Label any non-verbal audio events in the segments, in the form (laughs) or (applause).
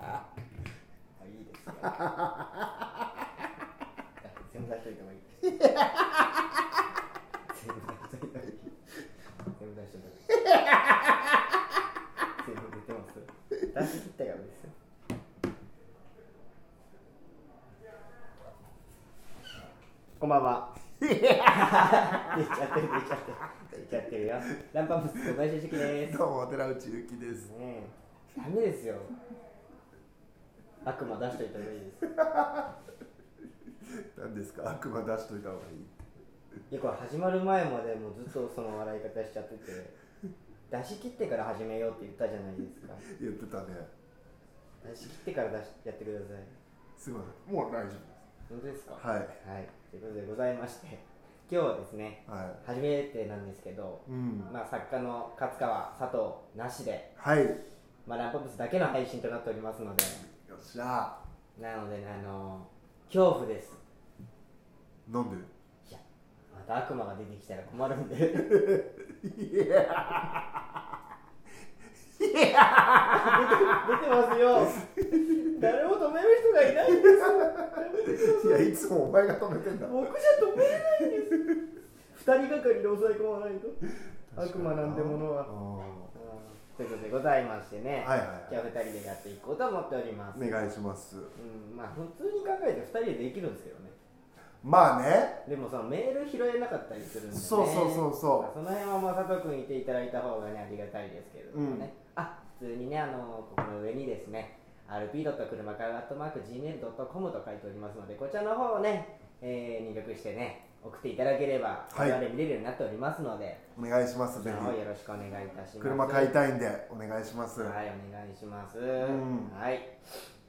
あいいですよ洗剤しといた方がいい洗剤しといた方がいい洗剤しといた方がいい洗剤出てます出し切ったようですよこんばんは。出ちゃってる、出ちゃってる。出ちゃってるよ。ランパンプス小林俊樹です。ねどうも寺内ゆきです。え、ダメですよ。悪魔出しといた方がいいです。何ですか悪魔出しといた方がいい。いやこれ始まる前までもうずっとその笑い方しちゃってて (laughs) 出し切ってから始めようって言ったじゃないですか言ってたね。出し切ってから出しやってくださいすいません。もう大丈夫です。本当ですかはいはいということでございまして今日はですねは初めてなんですけど、い。うん。まあ、作家の勝川佐藤なしで、はい。よまあ、ランポップスだけの配信となっておりますのでっしゃなのであの恐怖ですー。なんでいやまた悪魔が出てきたら困るんでいや出てますよ誰も止める人がいないんです (laughs) いやいつもお前が止めてんだ。僕じゃ止めれないんです二人がかりで抑え込まないと悪魔なんてものはは。うんということでございましてね、はいはい今日二人でやっていこうと思っております、お願いします。うん、まあ普通に考えて二人でできるんですけどねまあね。でもそのメール拾えなかったりするんで、ね、そうそうそうそうまあその辺はまさとくんいていただいた方がねありがたいですけれどもね、あ普通にねあのここの上にですね rp. 車からアットマーク gmail.com と書いておりますのでこちらの方をね、えー入力してね送っていただければは我い々見れるようになっておりますので、お願いします。そぜちらの方よひ。ろしくお願いいたします車買いたいんでお願いします。はいお願いします、んはい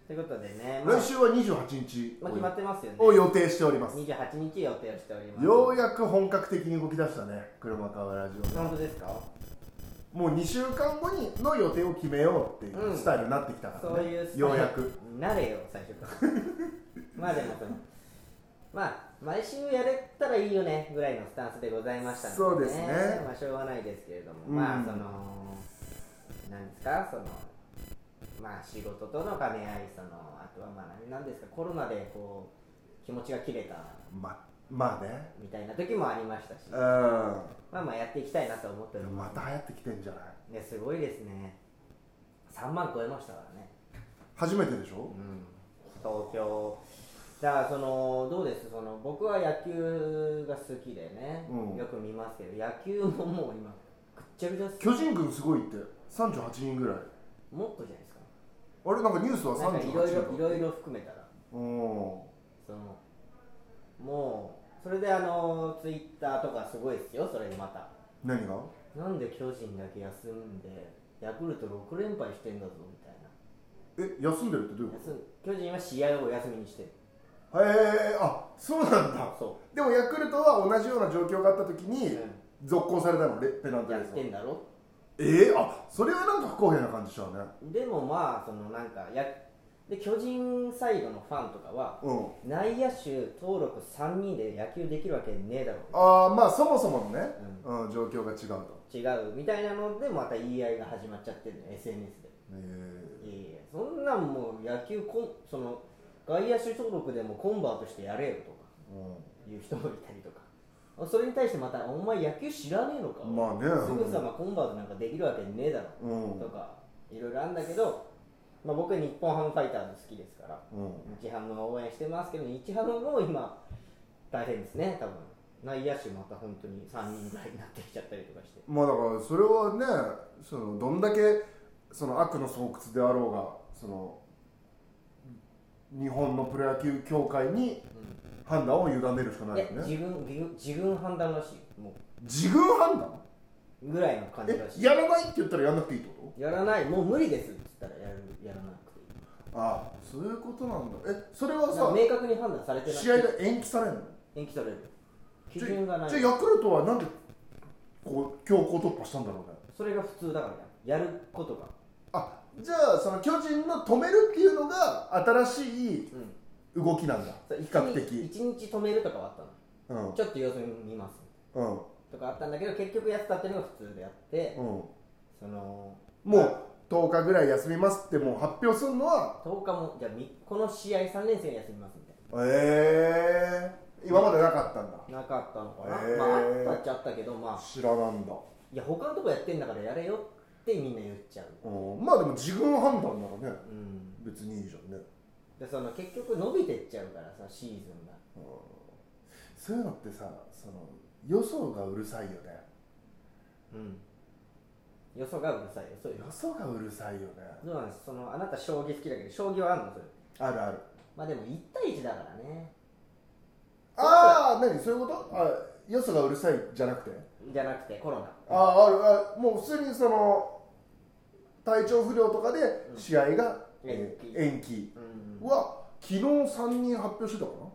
ということでね、まあ来週は28日まあ決まってますよねを予定しております。 28日予定をしておりますようやく本格的に動き出したね。車買うラジオ本当ですかもう2週間後にの予定を決めようっていうスタイルになってきたかそら、ねういうスタイルようやくなれよ最初から (laughs) まあでもそのまあ毎週やれたらいいよねぐらいのスタンスでございましたので、そうですねまあしょうがないですけれども、うんまあそのなんですかそのまあ仕事との兼ね合いそのあとはまあ何ですかコロナでこう気持ちが切れたままあねみたいな時もありましたしうまあまあやっていきたいなと思っておりんまます、た流行ってきてんじゃないね、すごいですね3万超えましたからね初めてでしょうん東京だからそのどうですその僕は野球が好きでね、うんよく見ますけど野球ももう今ぐっちゃぐちゃです巨人軍すごいって38人ぐらいもっとじゃないですかあれなんかニュースはなんかいろいろ38い人ろいろ含めたらうんそのもうそれであのツイッターとかすごいですよそれでまた何がなんで巨人だけ休んでヤクルト6連敗してんだぞみたいなえ休んでるってどういうこ休ん巨人は試合をお休みにしてるとへえあそうなんだそでもヤクルトは同じような状況があった時にうん続行されたのレペナンうトレやっースてはんだろえー、あそれはなんか不公平な感じしちゃうねでもまあそのなんかやで巨人サイドのファンとかはうん内野手登録3人で野球できるわけねえだろああまあそもそものね、うん、状況が違うと、違うみたいなのでまた言い合いが始まっちゃってるの SNS でえいやいやそんなんもう野球こんその外野手登録でもコンバートしてやれよとかーいう人もいたりとかそれに対してまた「お前野球知らねえのか?」まあねすぐさまコンバートなんかできるわけねえだろうんうんとかいろいろあるんだけど、まあ、僕は日本ハムファイターズ好きですからうん日ハムは応援してますけど、日ハムも今、大変ですね、多分内野手また本当に3人ぐらいになってきちゃったりとかして、まあだからそれはねそのどんだけその悪の巣窟であろうがその日本のプロ野球協会に判断を委ねるしかないよでね自分自分自分判断らしい、も自軍判断うぐらいの感じえらしい、やらないって言ったらやんなくていいってこやらない、もう無理ですって言ったらやるやらなくていい、とああそういうことなんだえそれはだからさ明確に判断されてなく試合て、が延期されるの延期される、基じゃ準がないじ、ゃあヤクルトはなんでこう強行突破したんだろうねそれが普通だからやることが、あじゃあその巨人の止めるっていうのが新しいうん、動きなんだ比較的1日止めるとかはあったの、うんちょっと様子見ますうんとかあったんだけど、結局やってたっていうのが普通であって。うんそのも10日ぐらい休みますってもう発表するのは10日もじゃあみこの試合3連戦休みますみたいええ今までなかったんだななかったのかな、へーまああったっちゃあったけどまあ知らなんだ、いや他のとこやってんだからやれよってみんな言っちゃううん、まあでも自分判断ならねうん別にいいじゃんね、でその結局伸びてっちゃうからさシーズンがうん、そういうのってさその予想がうるさいよねうんよそがうるさいよそういう予想がうるさいよねそうなんですそのあなた将棋好きだけど将棋はあんのそれあるあるまあでも1対1だからねああ何そういうことあよそがうるさいじゃなくてじゃなくてコロナあああるあもう普通にその体調不良とかで試合が、うんえー延期うんは昨日3人発表してたかな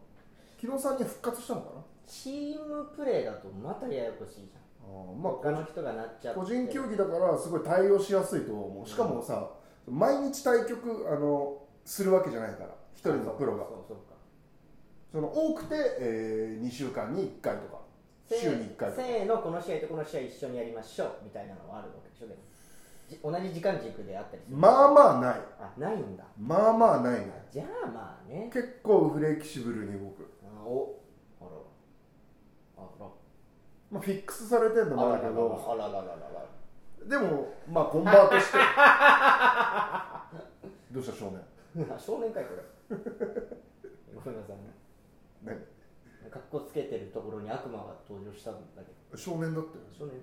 昨日3人復活したのかなチームプレーだとまたややこしいじゃんあーまあ他の人がなっちゃって個人競技だからすごい対応しやすいとは思うしかもさ毎日対局あのするわけじゃないから一人のプロがそうそうかその多くて、え2週間に1回とかせー週に1回とせかーのこの試合とこの試合一緒にやりましょうみたいなのはあるわけでしょでもじ同じ時間軸であったりするまあまあないあないんだまあまあないねじゃあまあね結構フレキシブルに動く、あおあらあらまあ、フィックスされてるのもあるけどあららららららでもまあコンバートして (laughs) どうした少年あ少年かいこ (laughs) れごめんなさいね何格好つけてるところに悪魔が登場したんだけど少年だったよ少年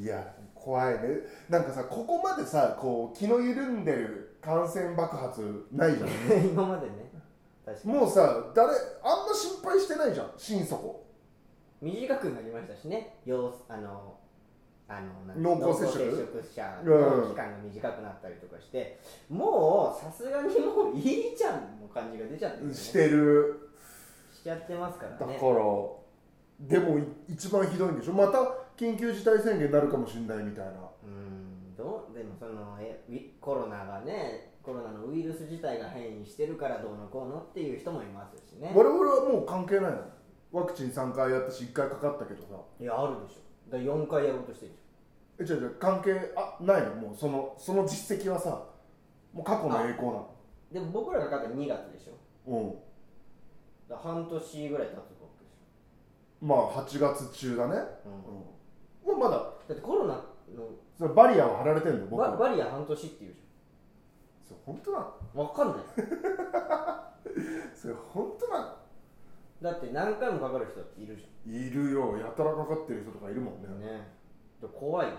いや怖いねなんかさここまでさこう気の緩んでる感染爆発ないじゃ (laughs) ん今までね確かにもうさ誰あんま心配してないじゃん心底短くなりましたしね陽あのあのなん濃厚接触濃厚接触者のうん期間が短くなったりとかして、もうさすがにもういいじゃんの感じが出ちゃってるよねしてるしちゃってますかだかららねでもい一番ひどいんでしょまた緊急事態宣言になるかもしれないみたいなうんどうでもそのえウィコロナがねコロナのウイルス自体が変異してるからどうのこうのっていう人もいますしね我々はもう関係ないのワクチン3回やったし1回かかったけどさいやあるでしょだ4回やろうとしてるじえ違う違う関係あないのもうそのその実績はさもう過去の栄光なのゃんでも僕らがかかったの2月でしょうんだから半年ぐらい経つわけでしまあ8月中だね、ょ、うんうん、まあまだだってコロナのそれバリアを張られてるの僕バはバリア半年っていうじそれ本当なのゃんわかんないそれ本当なだって何回もかかる人だっているじのいるよやたらかかってる人とかいるもんゃんねねだから怖いよ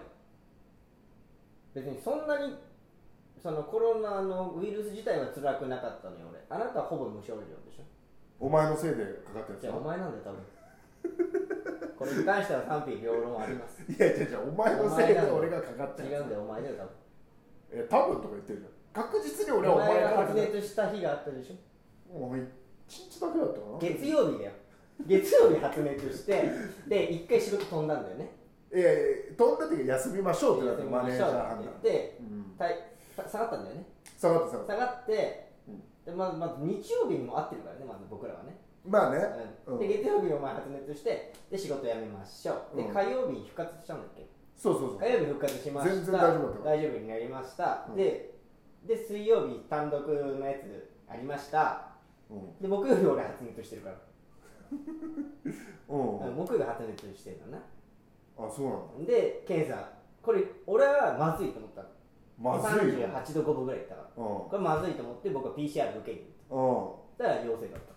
別にそんなにそのコロナのウイルス自体は辛くなかったのよ俺あなたはほぼ無症状でしょお前のせいでかかったやつじゃなあお前なんだよ多分 (laughs) これに関しては賛否両論あり (laughs) ますいやいやいやお前のせいで俺がかかった違やうんつだよお前だよえ多分とか言ってるじゃん確実に多俺分はおお前前ががかか発って熱した日があったでしょたもう一日だけだったかな月曜日だよ月曜日発熱してで一回仕事飛んだんだよねいやいや飛んだ時は休みましょうってなっ休てみマまネーしジょャうー判って断言ってうんたいた下がったんだよね下がった下がった下がってうんでまずまず日曜日にも会ってるからねまず僕らはね、まあねうんうんで月曜日にお前発熱してで仕事辞めましょうでうん火曜日に復活したんだっけそうそうそう火曜日復活しました全然大丈夫だったから大丈夫になりました、うんでで水曜日単独のやつありましたうで木曜日俺発熱してるから、んうん木曜日発熱してるのなあそうなんだで検査これ俺はまずいと思ったのまずいよ38度5分ぐらいいったからうこんれまずいと思って僕は PCR 受けに行っうんただから陽性だった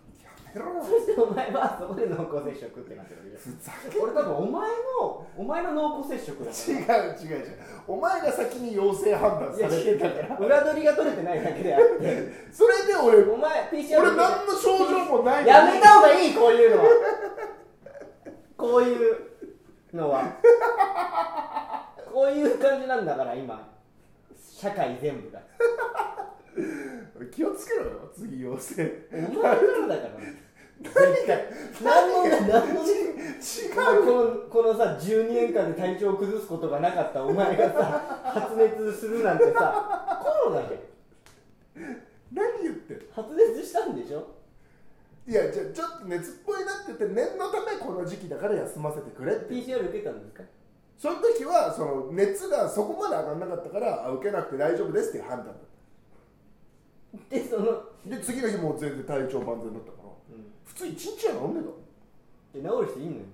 やめろよそしてお前はそこで濃厚接触ってなってるわけじふざけゃん俺多分お前のお前の濃厚接触だから違う違う違うお前が先に陽性判断いさやれ違てうたから裏取りが取れてないだけであってそれで俺お前 PCR 受け俺何の症状もないのやにめた方がいいこういうのはこういうのはこういう感じなんだから今社会全部が気をつけろよ次陽性お前からだから何が何もない何もない違うこのこのさ12年間で体調を崩すことがなかったお前がさ (laughs) 発熱するなんてさコロナで何言ってんの発熱したんでしょいやじゃあちょっと熱っぽいなって言って念のためこの時期だから休ませてくれって PCR 受けたんですかその時はその熱がそこまで上がらなかったからあ受けなくて大丈夫ですっていう判断だっでそのたで次の日もう全然体調万全だったからうん普通一日は飲んでで治る人いんのよ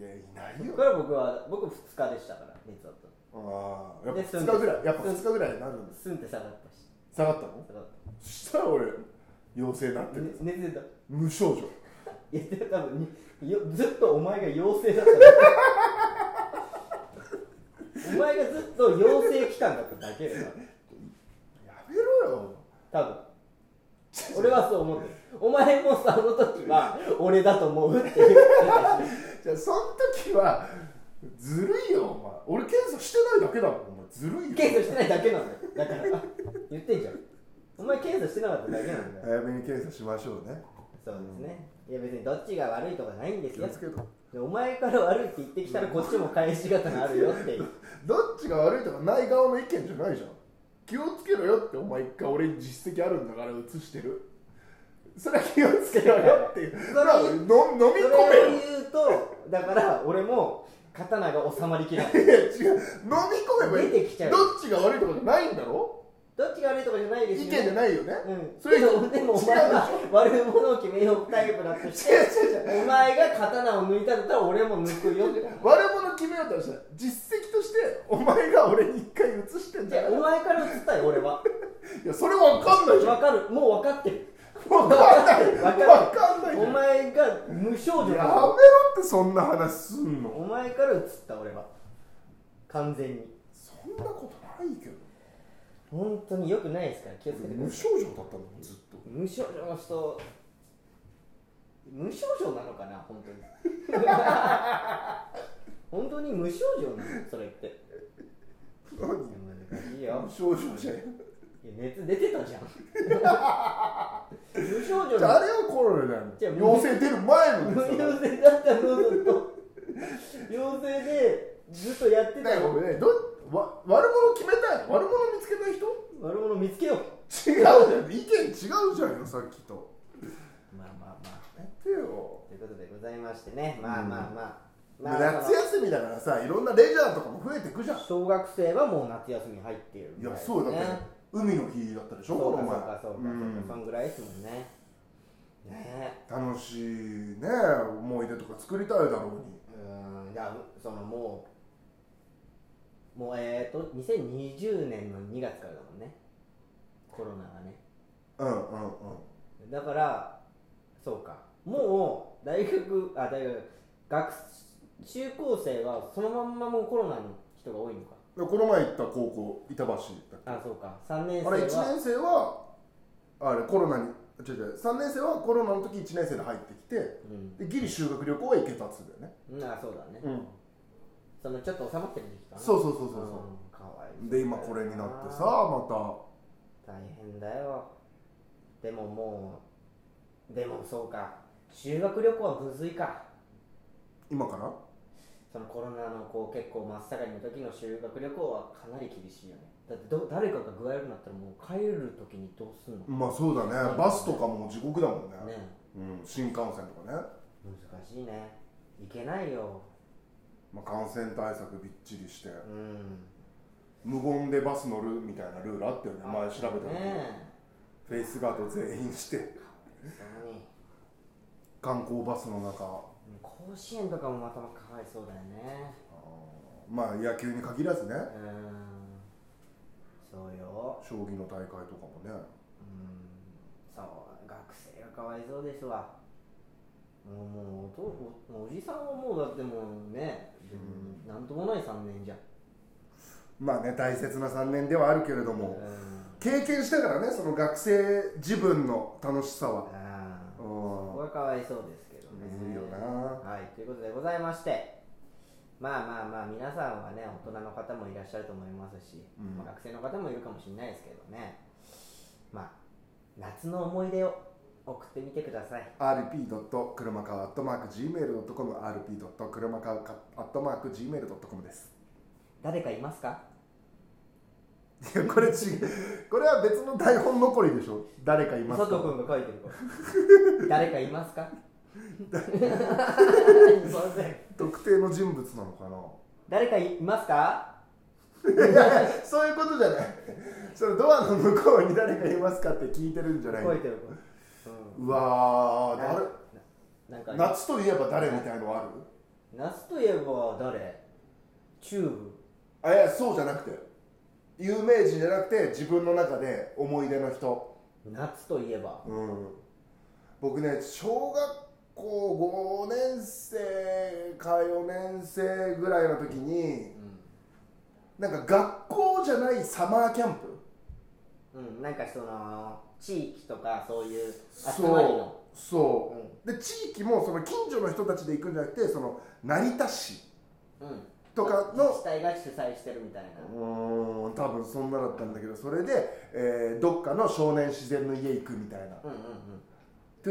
たいやいないそよっから僕は僕2日でしたから熱だったのああやっぱで2日ぐらいやっぱ2日ぐらいになるんですスンって下がったし下がったの下がっそしたら俺陽性になったてねる熱出たい無症状やでも多分によずっとお前が陽性だっただ (laughs) けお前がずっと陽性期間だっただけだからやめろよ多分俺はそう思ってるお前もさあの時は俺だと思うって言ってたしじゃあその時はずるいよお前俺検査してないだけだもんお前ずるいよ検査してないだけなんだよだから言ってんじゃんお前検査してなかっただけなんだよ早めに検査しましょうねそうですねいや別にどっちが悪いとかないんです気よをつけろでお前から悪いって言ってきたらこっちも返し方があるよっていうどっちが悪いとかない側の意見じゃないじゃん気をつけろよってお前一回俺に実績あるんだから移してるそれは気をつけろよっていうそそれれは飲みそれ込をめよ言うとだから俺も刀が収まりきらないいや違う飲み込めばいい出てきちゃうどっちが悪いとかじゃないんだろどっちが悪いとかじゃないで意す見よじゃないよね、うん、それでもでもお前は悪者を決めようタイプだとしてお前が刀を抜いたんだったら俺も抜くよって悪者決めようとしたら実績としてお前が俺に一回移してんじじゃゃんあお前から映ったよ俺はいやそれわかんないじゃ分んかるもう分かってるわかんないわかんないわかんないお前が無症状やめだろってそんな話すんのお前から映った俺は完全にそんなことないけど本当によくないですから気をつけてくだ無さい症状だったのずっと無症状の人無症状なのかな本当に (laughs) 本当に無症状なのそれって何難しいよ無症状じゃんいや熱出てたじゃん無症状じゃああのれはコロナだよじゃあ陽性出る前の無ですよ陽性だった喉と陽性でずっとやってだたからよ俺ねどわ悪者決めたい悪者見つけたい人悪者見つけよう違うじゃん意見違うじゃんよさっきとまあまあまあやってよということでございましてねまあまあまあ、まあ夏休みだからさいろんなレジャーとかも増えてくじゃん小学生はもう夏休み入っているいみたやいですねそうだって海の日だったでしそょうこのかそう前かそうかそううか、そんんぐらいですもんねね楽しいね思い出とか作りたいだろうにうーんじゃあそのもうもうえっ、と2020年の2月からだもんねコロナがねうんうんうんだからそうかもう大学あ大学学中高生はそのまんまもうコロナの人が多いのかでこの前行った高校板橋だっけあそうか3年生あはれ1年生はあれコロナに違う違う3年生はコロナの時1年生で入ってきてうんでギリ修学旅行は行けたっつうんだよねうん、あそうだね、うんそのちょっと収まってる時期かなそううそうそうそうんそかわいそううで今これになってさまた大変だよでももうでもそうか修学旅行はむずいか今からそのコロナのこう結構真っ盛りの時の修学旅行はかなり厳しいよねだってど誰かが具合悪くなったらもう帰る時にどうすんのねまあそうだねバスとかも地獄だもんねえうん、新幹線とかね、難しいねいけないよまあ、感染対策びっちりしてうん無言でバス乗るみたいなルールあったよね前調べた時、ねフェイスガード全員してえそうに観光バスの中甲子園とかもまたかわいそうだよねあーまあ野球に限らずねうんそうよ将棋の大会とかもうねんそう学生がかわいそうですわもうもうおとおおじさんはもうだってもうね、うん、なんともない3年じゃん、まあね大切な3年ではあるけれどうんも、経験したからねその学生自分の楽しさはあうーんこれはかわいそうですけどねむずいよなはいということでございましてまあまあまあ皆さんはね大人の方もいらっしゃると思いますし、うんまあ学生の方もいるかもしれないですけどねまあ夏の思い出を送ってみてください rp. 車川 .gmail.com rp. 車川 .gmail.com です (laughs) 誰かいますかいやこれ違うこれは別の台本残りでしょ誰かいます佐藤か君が書いて (laughs) るから誰かいますかすいません特定の人物なのかな (laughs) 誰かいますかいやいやそういうことじゃないそのドアの向こうに誰かいますかって聞いてるんじゃない声てる声うわなーなんか誰夏といえば誰みたいのある夏といえば誰チューブあいやそうじゃなくて有名人じゃなくて自分の中で思い出の人夏といえばうん僕ね小学校5年生か4年生ぐらいの時になんか学校じゃないサマーキャンプうん、うん、なんかその地域とかそういう集まりのそうそう、で地域もその近所の人たちで行くんじゃなくてその成田市うんとか自の治体が主催してるみたいなうーん多分そんなだったんだけどそれで、えーどっかの少年自然の家行くみたいなうんうん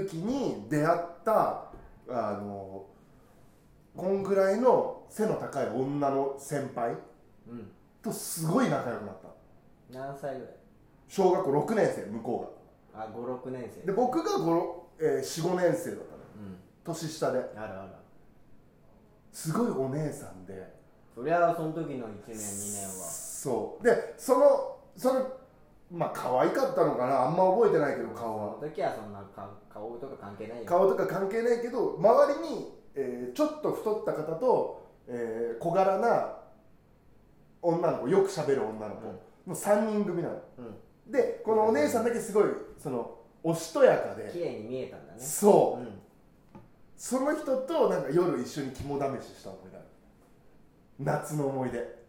時に出会ったあのこんぐらいの背の高い女の先輩うんうんとすごい仲良くなった何歳ぐらい小学校6年生向こあ五56年生うがで僕が45、えー4 5年生だったのうん年下であるあるすごいお姉さんでそりゃその時の1年2年はそうでそのそのまあ可愛かったのかなあんま覚えてないけど顔はその時はそんな顔顔とか関係ないよ顔とか関係ないけど周りに、えーちょっと太った方と、えー小柄な女の子よく喋る女の子、うんもう3人組なのうんでこのお姉さんだけすごいそのおしとやかで、綺麗に見えたんだねそううんその人となんか夜一緒に肝試しした思い出ある夏の思い出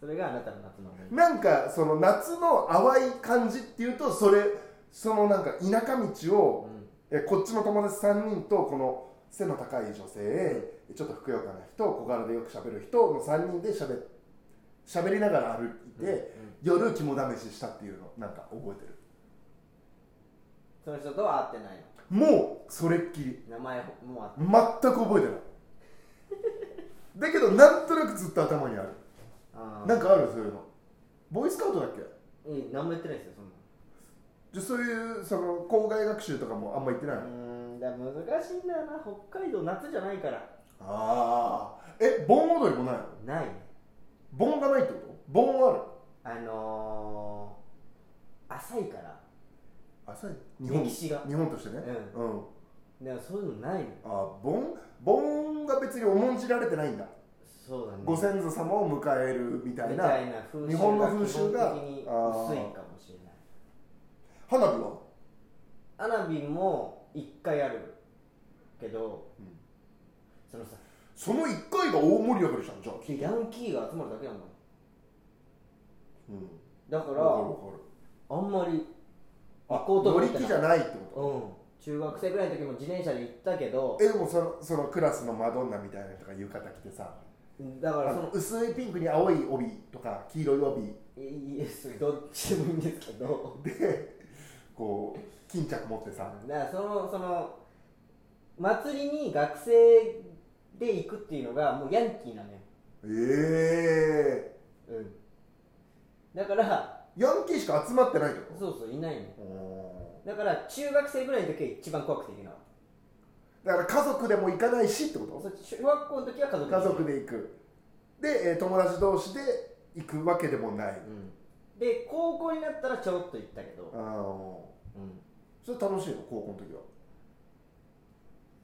それがあなたの夏の思い出なんかその夏の淡い感じっていうとそれそのなんか田舎う道を、んえこっちの友達3人とこの背の高い女性、ちょっとふくよかな人小柄でよく喋る人の3人で喋喋りながら歩いうて、んうん夜肝試ししたっていうのなんか覚えてるその人とは会ってないのもうそれっきり名前もあって全く覚えてないだけどなんとなくずっと頭にあるあなんかあるそういうのボーイスカウトだっけいい何も言ってないですよそんなじゃあそういうその校外学習とかもあんま行ってないの、うーんだから難しいんだよな北海道夏じゃないからああえ盆踊りもないのないね盆がないってこと盆はあるあのー、浅いから浅い歴史が日本としてねうん、だからそういうのないのああ盆盆が別に重んじられてないんだ、そうだねご先祖様を迎えるみたいみなたいな風習が日本の風習が基本的に薄いかもしれない花火は花火も一回あるけど、んそのさその1回が大盛り上がりしたんじゃん、ヤンキーが集まるだけなんだもんうん、だかだらあんまりあ行こうと乗思っりて気ないじゃないってこうん中学生ぐらいの時も自転車で行ったけどとえでもそのそのクラスのマドンナみたいな人が浴衣着てさだかあらそのの薄いピンクに青い帯とか黄色い帯いいえそれどっちでもいいんですけどで (laughs) こう巾着持ってさだからそのその祭りに学生で行くっていうのがもうヤンキーなのよ、ええうん、だからヤンキーしか集まってないってこそうそういないのとおだから中学生ぐらいの時は一番怖くていけなかっーだから家族でも行かないしってこたとそう中学校の時は家族家族で、で行くで、えー友達同士で行くわけでもないうん、で高校になったらちょろっと行ったけどあ、ーうそれ楽しいの高校の時は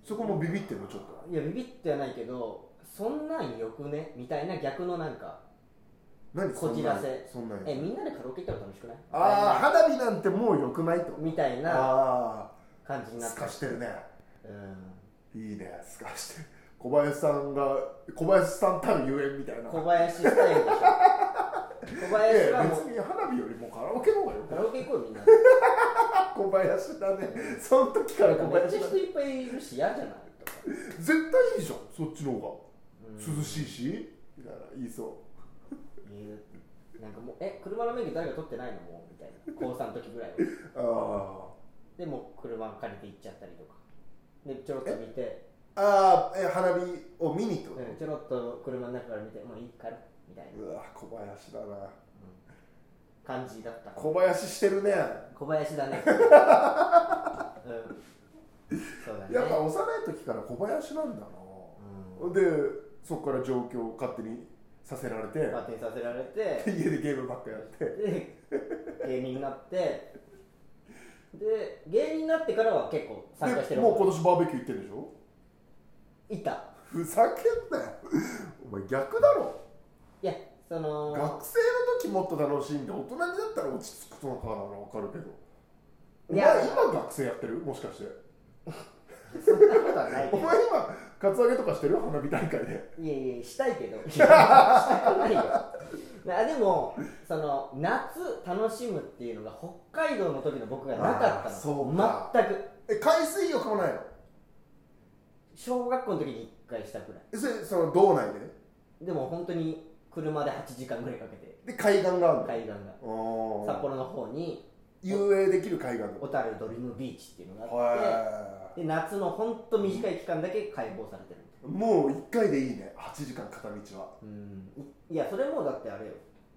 そこもビビってるのちょっとん、いやビビってはないけどそんなんよくねみたいな逆のなんか何そんなこじらせそんなんえみんなでカラオケ行ったら楽しくないああ花火なんてもう良くないとみたいなあ感じあになっすたかしてるねうんいいねすかしてる小林さんが小林さんたるゆえんみたいな小林スタイルでしょ小林えはもう別に花火よりもカラオケの方がよくカないラオケ行こうよみんな小林だねその時から小めっち林ゃだ人いっぱいいるし嫌じゃない絶対いいじゃんそっちの方うんが涼しいしみたいな言いそ言うなんかもうえ車の免許誰か取ってないのもうみたいな高3の時ぐらいはうあでもう車借りて行っちゃったりとかでちょろっと見て、あああえ花火を見にってことうんちょろっと車の中から見てもういいからみたいなうわ小林だな感じだった小林してるねや小林だ (laughs) ねうんそうだねっぱ幼い時から小林なんだな、うでそこから状況を勝手にさせられてバッテンさせられてで家でゲームばっかやってで芸人になってで芸人になってからは結構参加してるでもう方今年バーベキュー行ってるでしょいたふざけんなよお前逆だろいやその学生の時もっと楽しんで大人になったら落ち着くのかなの分かるけどおい前や今学生やってるもしかしてそんなことはないお前今カツアゲとかしてる花火大会でいやいやしたいけ (laughs) どしたくないよなでもその夏楽しむっていうのが北海道の時の僕がなかったあーのそうか全くえ海水浴もないの小学校の時に1回したくらいえそれその道内ででも本当に車で8時間ぐらいかけてで海岸があるの、海岸がおー札幌の方に遊泳できる海岸小樽ドリームビーチっていうのがあってはで夏の本当短い期間だけ解放されてるいもう1回でいいね8時間片道はうんいやそれもだってあれよ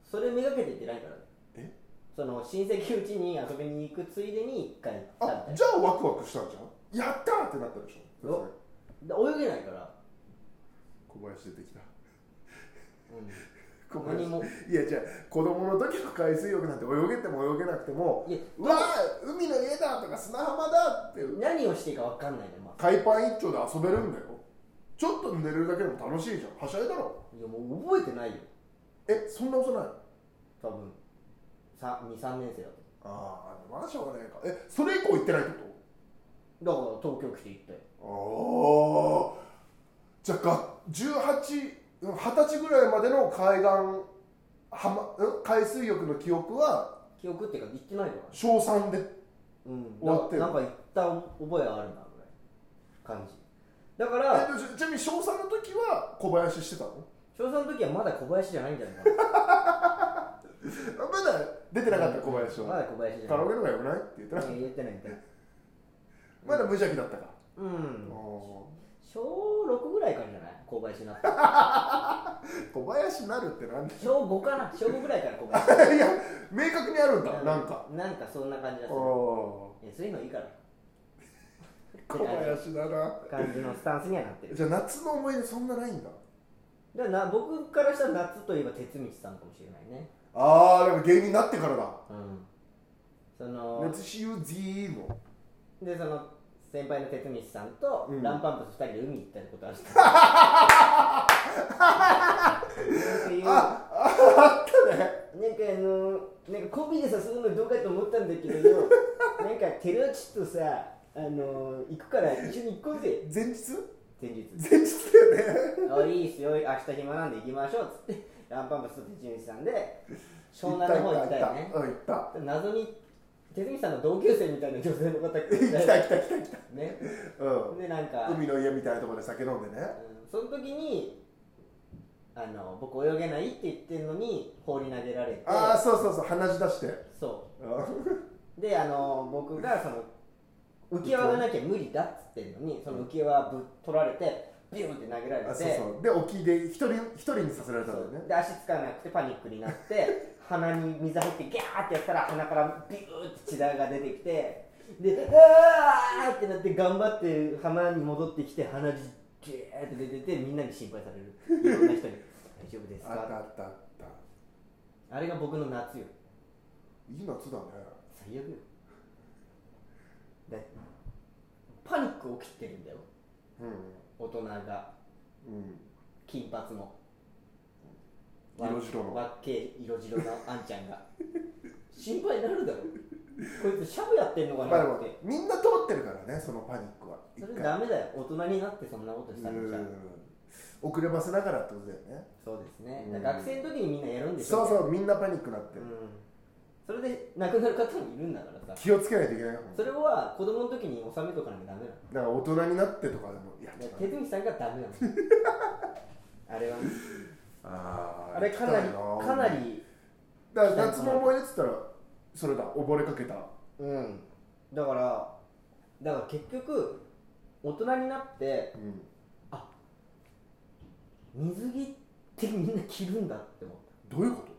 それめがけて行ってないからねえその親戚うちに遊びに行くついでに1回行ったみたいなあじゃあワクワクしたんじゃんやったーってなったでしょよで泳げないから、小林出てきた小何もいやじゃあ子供の時の海水浴なんて泳げても泳げなくてもいやうわー海の家だとか砂浜だって何をしていいか分かんないのよま海パン一丁で遊べるんだよちょっと寝れるだけでも楽しいじゃんはしゃいだろずいやもう覚えてないよえそんなことない多分23年生だとああまあしょうがないかえそれ以降行ってないってこだとから東京来て行ったよああじゃあが18うん二十歳ぐらいまでの海岸浜うん海水浴の記憶は記憶っていうか行ってないのかな小3でうん終わってるななんか行った覚えはあるなぐらい感じだかえらでちちなみに小3の時は小林してたの小3の時はまだ小林じゃないんじゃないかなあまだ出てなかった小林まはだ小林じゃカなラいオケとかよくないって言ってなかったいや言ってない言ってないまだ無邪気だったかうんお小6ぐらいからじゃない小林になったー小林なるってなんだ小5かな小5ぐらいから小林 (laughs) いや明確にあるんだなんかなんかそんな感じがするおいやそういうのいいからー小林だな感じのスタンスにはなってるじゃあ夏の思い出そんなないんだだからな僕からしたら夏といえば哲道さんかもしれないねああだから芸人になってからだうんその夏しゆじーのでその先輩の哲道さんと、うんランパンプス2人で海行ったことあるか (laughs) らなんかいうあああったねなんかあのなんかコピーでさするのどうかと思ったんだけ (laughs) どよなんか寺内とさあの行くから一緒に行こうぜ前日前日前 (laughs) 日だよねあいいっすよ、明日暇なんで行きましょうっつって、ランパンプスと哲二さんで、湘南の方行ったよね。行った謎に、哲二さんの同級生みたいな女性の方が来行った行った来た来た来た来ね、たうんで、なんか、うん海の家みたいなところで酒飲んでねその時に、あの僕泳げないって言ってるのに放り投げられてああそうそうそう鼻血出してそうんうであの僕がその浮き輪がなきゃ無理だっつってんのにその浮き輪ぶっ取られてビュンって投げられてあそうそうで沖で一人一人にさせられたそんだうよねで足つかなくてパニックになって (laughs) 鼻に水入ってギャーってやったら鼻からビューって血だが出てきてで「あー!」ってなって頑張って浜に戻ってきて鼻血ギャーって出ててみんなに心配されるいろんな人に (laughs) 「大丈夫ですあったあか?ったあった」あれが僕の夏よいい夏だね最悪よでパニック起きてるんだよう大人がんうん金髪の色白のわっけえ色白のあんちゃんが (laughs) 心配になるだろこいつシャブやってんのかまあでなもってみんな通ってるからねそのパニックはそれダメだよ大人になってそんなことしたうんじゃん遅ればせながらってことだよねそうですねうんだから学生の時にみんなやるんでしそょうそうみんなパニックなってうるんそれで亡くなる方もいるんだからさ気をつけないといけないよそれは子供の時に収めとかなきゃダメなのだから大人になってとかでもいやだちょっかとらね手積さんがダ (laughs) メなのあれはねあーあれかなり行きたかいなりだから夏の思い出っつったらそれだ溺れかけたうんだからだから結局大人になってうん水着ってみんな着るんだって思っどういうことた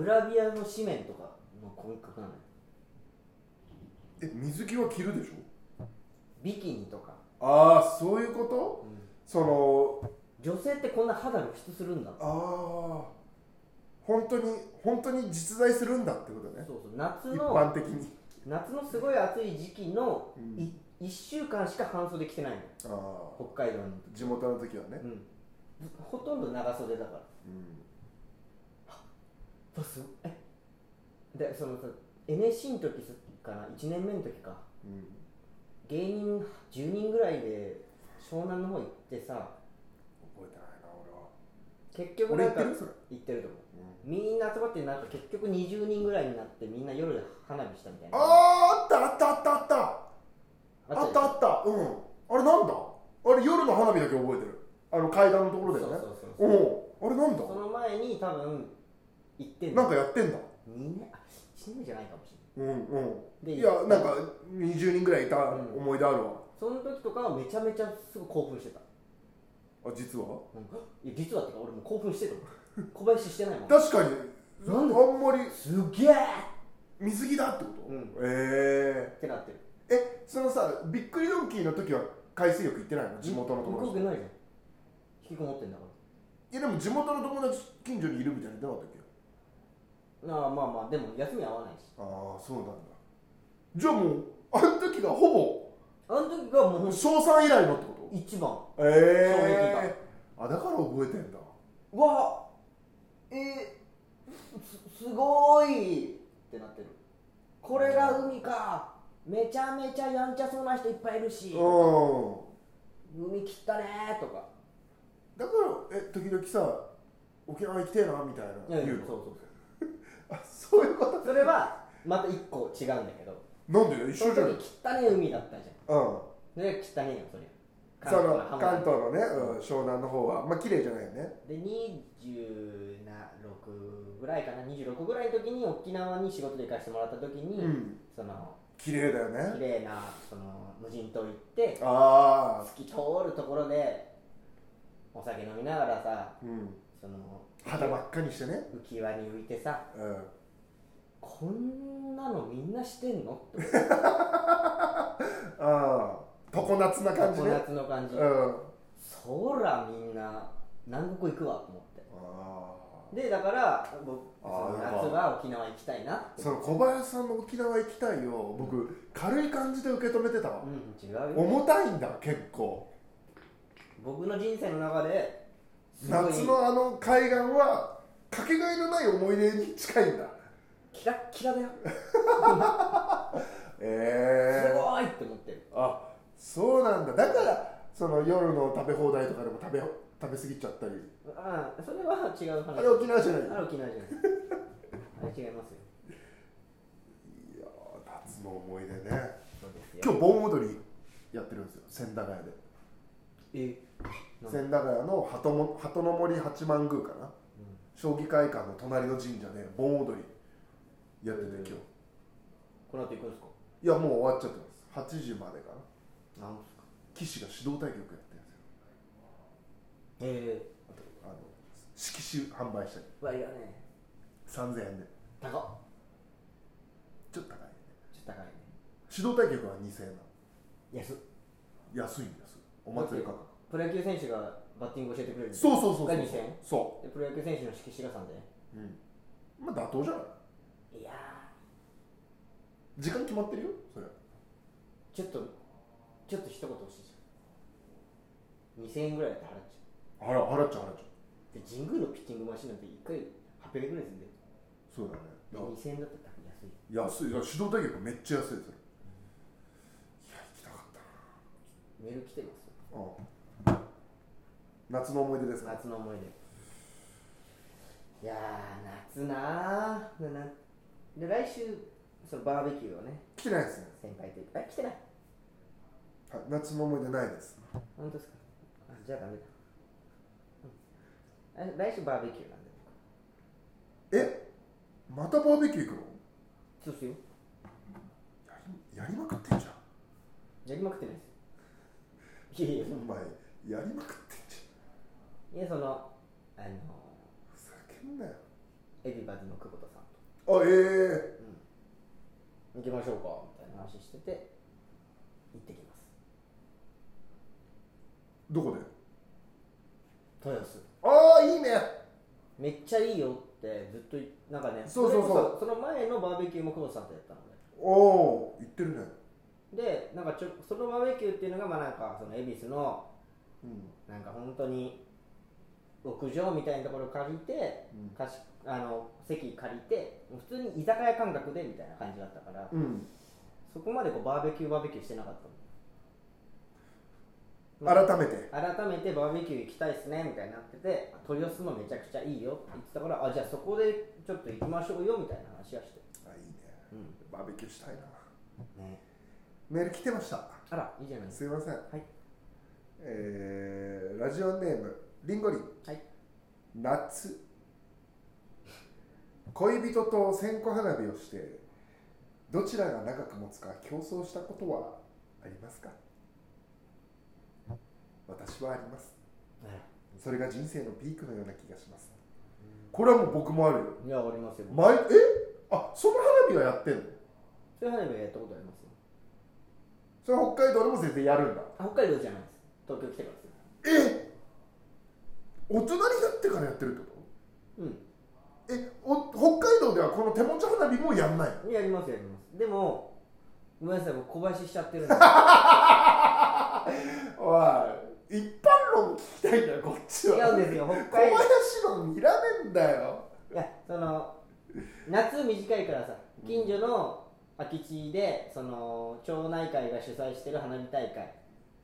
グラビアの紙面とかの感覚なのよえ水着は着るでしょビキニとか、ああそういうことその女性ってこんな肌露出するんだああ本当に本当に実在するんだってことねそうそう夏一の般的に夏のすごい暑い時期のうんい1週間しか半袖着てないのああ北海道に、地元の時はねうん、ほとんど長袖だからうんそうそうえでそのさ NSC の時かな1年目の時かうん芸人10人ぐらいで湘南の方行ってさ覚えてないな結俺は局俺なんかやってるそれ、行ってると思ううんみんな集まってなんか結局20人ぐらいになってみんな夜花火したみたいなあーあったあったあったあったあったああったうんあれなんだあれ夜の花火だけ覚えてるあの階段のところそうだそようねそううんあれなんだその前に多分行ってんなのんかやってんだ2年あ1年目じゃないかもしうんうんれないいでやなんか20人ぐらいいたうん思い出あるわ、その時とかはめちゃめちゃすごい興奮してたあ実はなん (laughs) かいや実はってか俺もう興奮してたもん小林してないもん確かになんであんまりすげえ水着だってこと、うんえってなってるええそのさびっくりドンキーの時は海水浴行ってないの地元の向友こう達ないじゃん引きこもってんだかいやでも地元の友達近所にいるみたいなの言ってなかったっけらなあまあまあでも休み合わないしああそうなんだじゃあもうあの時がほあの時がもうほぼんと小3以来のってこ一番と衝ええー、あだから覚えてんだわえー、すすごいってなってるこれが海かめちゃめちゃやんちゃそうな人いっぱいいるしうん海切ったねーとかだからえ時々さ沖縄行きてえなみたいな言うのそうそうあそういうことそうそれはまた一個違うんだけどなんで一その緒じゃんうん時切ったね海だったじゃんそそれは切ったねよそれの浜関田東のね、うん、湘南の方はまあ綺麗じゃないよねで26ぐらいかな26ぐらいの時に沖縄に仕事で行かせてもらった時に、うんその綺麗だよ綺ね麗なその無人島行ってああ透き通るところでお酒飲みながらさうんその肌真っ赤にしてね浮き輪に浮いてさうんこんなのみんなしてんのってああ常夏な感じ常ね夏の感じ、うんそらみんな南国行くわと思ってああでだから僕そあーのなんか夏は沖縄行きたいなってその小林さんの沖縄行きたいを僕軽い感じで受け止めてたわう、ん違うよ重たいんだ結構僕の人生の中ですごい夏のあの海岸はかけがえのない思い出に近いんだキラッキラだよすええごいって思ってるあそうなんだだからその夜の食べ放題とかでも食べ食べ過ぎちゃったりああそれは違う話あれ沖縄じゃないあれ沖縄じゃないあれ違いますよ夏の思い出ねそうです今よ日盆踊りやってるんですよ千駄ヶ谷でえなん千駄ヶ谷の鳩も鳩の森八幡宮かな、将棋会館の隣の神社で盆踊りやってて今日、この後行くんですかいやもう終わっちゃってます8時までかななんですか棋士が指導対局やってるんですよえあとあの色紙販売したりえ割がね3000円で高っちょっと高いねちょっと高いね指導対局は2000円な安っの安いんですお祭り価格プロ野球選手がバッティング教えてくれるそうそうそうそがう2000円そでプロ野球選手の色紙がさんでう、うん、まあ妥当じゃないいや時間決まってるよそれーちょっとちょっと一言欲しいじゃん2000円ぐらいだって払っちゃうあら払っちゃう払っちゃでう神宮のピッチングマシンなんて1回800円ぐらいするんでそうだねで2000円だったら安い安いいや指導対局めっちゃ安いそれいや行きたかったメール来てますよなうん夏の思い出ですか夏の思い出いやー夏なーななで来週そのバーベキューをね来てないですね、先輩といっぱい来てないはい、夏の思い出ないです本当ですかあじゃあダメだ、うん、あ来週バーベキューなんでえまたバーベキュー行くのそうっすよやりやりまくってんじゃんやりまくってないですよいやいやお前やりまくってんいじやそのあのゃんふざけんなよエビバディの久保田さんとあえ行きましょうかみたいな話してて行ってきますえどこで豊洲ああいいねめっちゃいいよってずっと言っなんかねそうそうそうれこその前のバーベキューも久保田さんとやったのねおお言ってるねでなんかちょそのバーベキューっていうのがまあなんかその恵比寿のうんなんか本当に屋上みたいなところ借りて、うん貸しあの席借りて普通に居酒屋感覚でみたいな感じだったから、うんそこまでこうバーベキューバーベキューしてなかったのまあ改めて改めてバーベキュー行きたいっすねみたいになってて取り寄せもめちゃくちゃいいよって言ってたからあじゃあそこでちょっと行きましょうよみたいな話はして、あいいねうんバーベキューしたいなね、メール来てましたあらいいじゃないですすいませんかはいえー、ラジオネームリンゴリンはい夏恋人と線香花火をしてどちらが長く持つか競争したことはありますか私はありますそれが人生のピークのような気がしますこれはもう僕もあるよいやありますよ前えあその花火はやってんのそういう花火やったことありますよそれは北海道でも全然やるんだあ北海道じゃないです東京来てからですえ大人になってからやってるってことうんえお北海道ではこの手持ち花火もやんないのやりますやりますでもごめんなさいもう小林しちゃってるん (laughs) でおい一般論聞きたいんだよこっちは違うんですよ小北海道林論いらねえんだよいやその夏短いからさ近所の空き地でその町内会が主催してる花火大会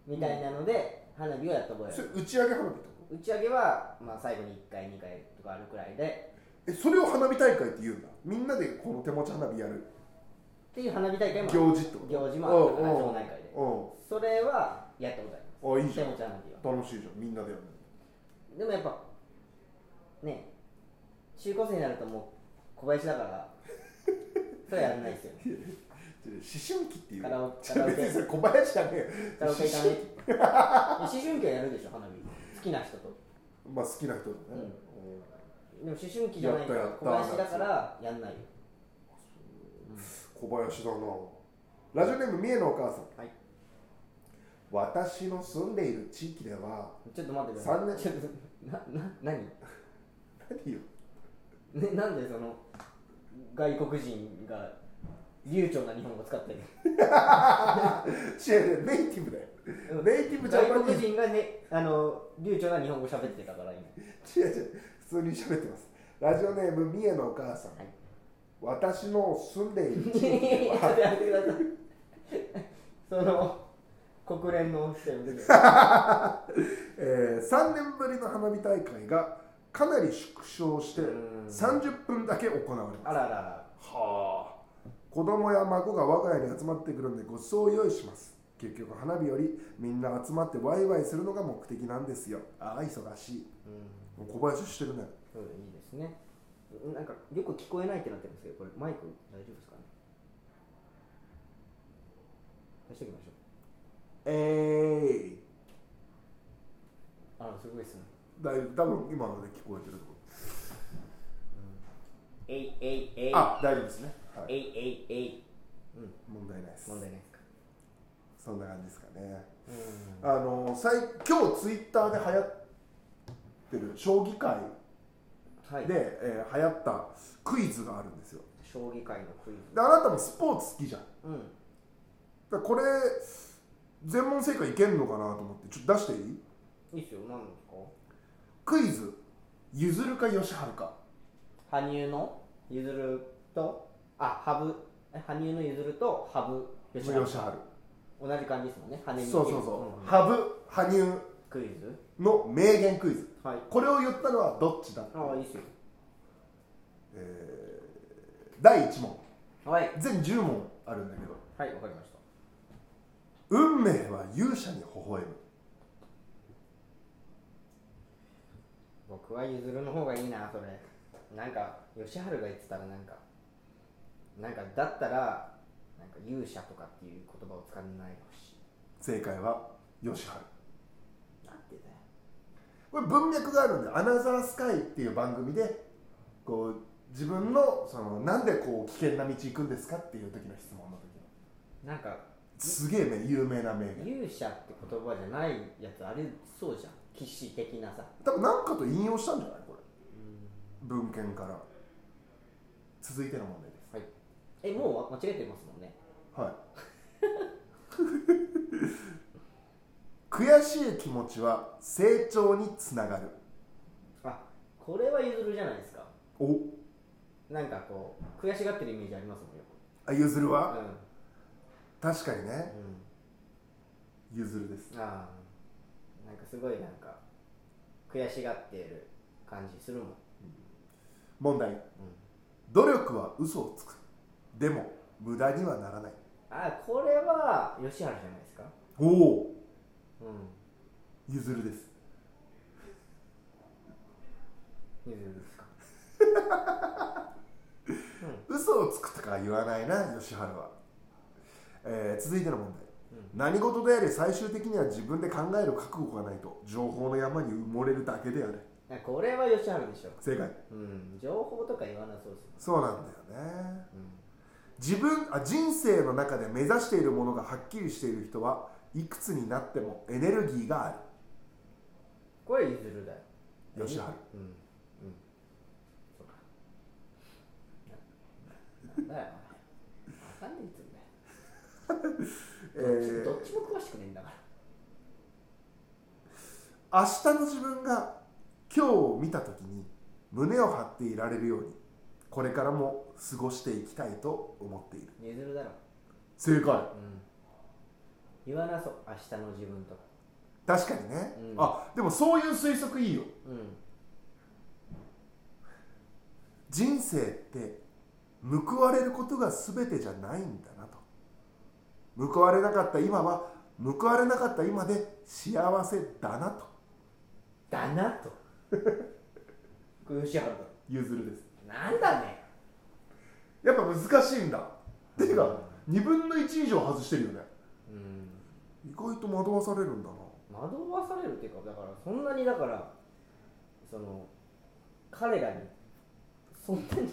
みたいなので、花火をやった覚えあそれる打ち上げ花火ってこ打ち上げは、まあ、最後に1回2回とかあるくらいでとえそれを花火大会って言うんだみんなでこの手持ち花火やるっていう花火大会も行事ってこと行事もあったからうんうん町内会でうそれはやったことありますんあいいじゃん手持ち花火は楽しいじゃんみんなでやるでもやっぱね中高生になるともう小林だ (laughs) からそれはやらないですよね思春期っていうカラオじゃあ別にそれ小林じゃねえよカラオケ行かない (laughs) 思春期はやるでしょ花火好きな人とまあ好きな人だね、うんうんでも思春期じゃないかやらったやった小林だからやんないよ小林だなラジオネーム三重のお母さんはい私の住んでいる地域ではちょっと待ってください三年ちょっとなな何何よねなんでその外国人が流暢な日本語使って (laughs) る違う違うネイティブだようんネイティブジャパ外ニー国ズ人がねあの流暢な日本語喋ってたから今違う違う普通に喋ってますラジオネーム三重のお母さん、はい私の住ん (laughs) でいるち地ょっ域と (laughs) ではやめてください。 (laughs) その国連の視点で。えー、3年ぶりの花火大会がかなり縮小してうん30分だけ行われますあららら。はあ子供や孫が我が家に集まってくるんでご馳走を用意します結局花火よりみんな集まってワイワイするのが目的なんですよああ忙しいうん。もう小林してるねそういいですね。なんかよく聞こえないってなってるんですけど、これマイク大丈夫ですかね。出しておきましょ。えいうあら、すごいですね。だいぶ多分今ので聞こえてるとこえいえいえい。あ大丈夫ですね、はえい、いえいえい。うん。問題ないです問題ないですか。そんな感じですかねうん。あの最今日ツイッターで流行ってる将棋界はい。で、えー流行ったクイズがあるんですよ将棋界のクイズ。であなたもスポーツ好きじゃんうん。だからこれ全問正解いけんのかなと思ってちょっと出していいいいっすよ。何ですか。クイズゆずるかよしはるか羽生の譲ると、あ、羽生。え羽生の譲ると羽生。よしは同じ感じですもんね羽るにそうそうそう羽生羽生クイズの名言クイズはいこれを言ったのはどっちだ、ああいいっすよえー第1問はい全10問あるんだけどはいわかりました運命は勇者に微笑む僕はゆずるの方がいいなそれなんか吉原が言ってたらなんかなんかだったらなんか勇者とかっていう言葉を使わないでほし正解はよしはるいなんてだよこれ文脈があるんで「アナザースカイ」っていう番組でこう自分のそのなんでこう危険な道行くんですかっていう時の質問の時のなんかすげえ、ね、有名な名言勇者って言葉じゃないやつありそうじゃん必死的なさ、多分何かと引用したんじゃないこれ文献から続いての問題ですはい、えもう間違えてますもんねはい (laughs) 悔しい気持ちは成長につながるあこれは譲るじゃないですかおなんかこう悔しがってるイメージありますもんよあゆずるうは、ん、確かにねうんゆずるですああなんかすごいなんか悔しがってる感じするもん、問題努力は嘘をつくでも無駄にはならないあこれは吉原じゃないですかおおうんゆずるですゆずるですか嘘をつくとか言わないな吉原は、えー続いての問題、何事であれ最終的には自分で考える覚悟がないと情報の山に埋もれるだけであれあこれは吉原でしょ正解うん情報とか言わなそうですもんそうなんだよね、自分あ人生の中で目指しているものがはっきりしている人はいくつになってもエネルギーがあこれゆずるだよる吉原うんうんそうかななんだよお前わかんないっつうんだよどっえちーどっちも詳しくねえんだから明日の自分が今日を見た時に胸を張っていられるようにこれからも過ごしていきたいと思っているゆずるだろ正解うん言わなそう明日の自分とか確かにね、うんあでもそういう推測いいようん人生って報われることが全てじゃないんだなと報われなかった今は報われなかった今で幸せだなとだな (laughs) とこれ吉原だゆずるですなんだねやっぱ難しいんだっていうか2分の1以上外してるよねうん意外と惑わされるんだな惑わされるっていうかだからそんなにだからその彼らにそんなに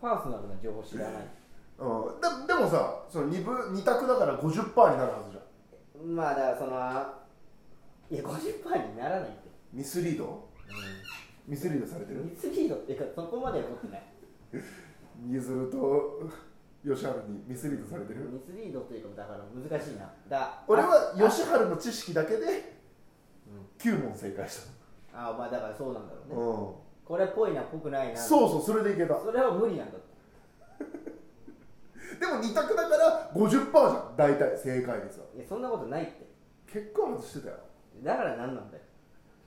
パーソナルな情報知らないうん、ででもさその 2, 分二択だから50%になるはずじゃんまあだからそのあいや50%にならないって、ミスリードミスリードされてミスリードっていうかそこまでは思ってないゆずると吉原にミスリードされてるミスリードというかだから難しいなだ俺は吉原の知識だけで9問正解した、ああまあだからそうなんだろううね、ん、これっぽいなっぽくないなそうそうそれでいけたそれは無理なんだってでも2択だから50%じゃん大体正解率はいやそんなことないって結構外してたよだから何なんだよ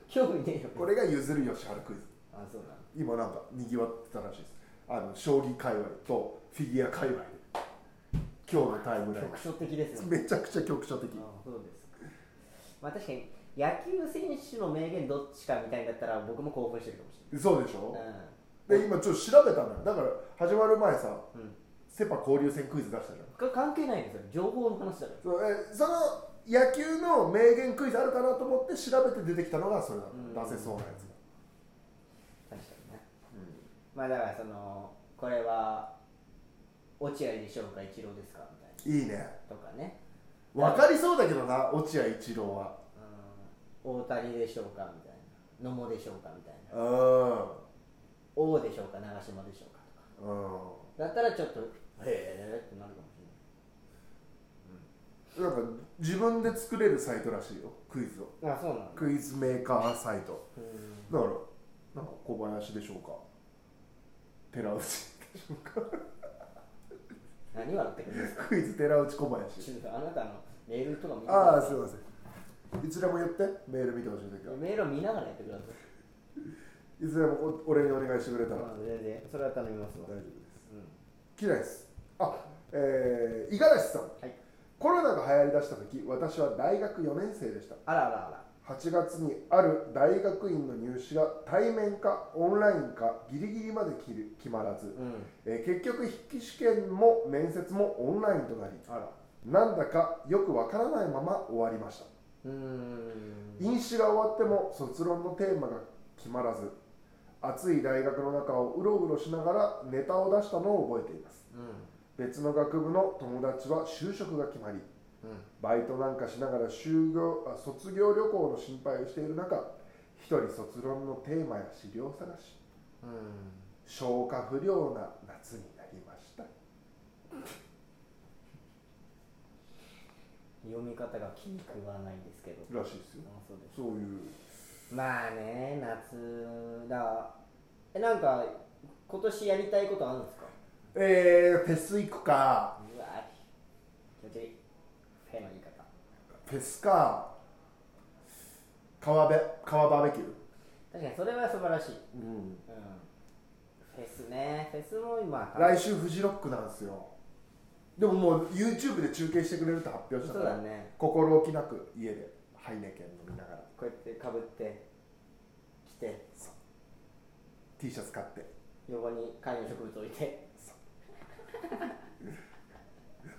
興味ねえよこれがゆずる吉原クイズあそうなの今なんかにぎわってたらしいですあの将棋界隈とフィギュア界隈で今日のタイムライン局所的ですねめちゃくちゃ局所的あそうですかまあ確かに野球選手の名言どっちかみたいだったら僕も興奮してるかもしそうでしょれない、で今ちょっと調べたのよだから始まる前さうんうん、セ・パ交流戦クイズ出したじゃんか関係ないんですよ情報の話だかそうえその野球の名言クイズあるかなと思って調べて出てきたのがそれだったうん出せそうなやつがら確かにねまあだからそのこれは落合でしょうか一郎ですかみたいいいねなとかね分かりそうだけどな落合一郎はうん大谷でしょうかみたいな野茂でしょうかみたいなう王でしょうか長嶋でしょうかとかんだったらちょっとへえってなるかもしれないうんなんか自分で作れるサイトらしいよクイズをあそうなんだクイズメーカーサイトうんだからなんか小林でしょうか寺内でしょうか何笑ってくるんですかクイズ寺内小林ちょっとあなたのメールとか見てくださいああすいませんいつでも言ってメール見てほしい時はメールを見ながらやってくださいいつでもお俺にお願いしてくれたらあ全然それは頼みますわ大丈夫ですうん嫌いですあえー、五十嵐さんはいコロナが流行りだした時私は大学4年生でしたあらあらあら8月にある大学院の入試が対面かオンラインかギリギリまできる決まらず、うんえー結局筆記試験も面接もオンラインとなりあらなんだかよくわからないまま終わりましたうーん飲酒が終わっても卒論のテーマが決まらず暑い大学の中をうろうろしながらネタを出したのを覚えていますうん別の学部の友達は就職が決まうりんバイトなんかしながら就業あ卒業旅行の心配をしている中一人卒論のテーマや資料探しうん消化不良な夏になりました読み方が気に食わないんですけどらしいですよあそうですそういうまあね夏だからえなんか今年やりたいことあるんですかえー、フェス行くかうわ気持ちいいフェの言い方フェスか川べ川バーベキュー確かにそれは素晴らしい、うんうん、フェスねフェスも今来週フジロックなんですよでももう YouTube で中継してくれるって発表したそうからだね心置きなく家でハイネケン飲みながらこうやってかぶって来て T シャツ買って横に観葉植物置いて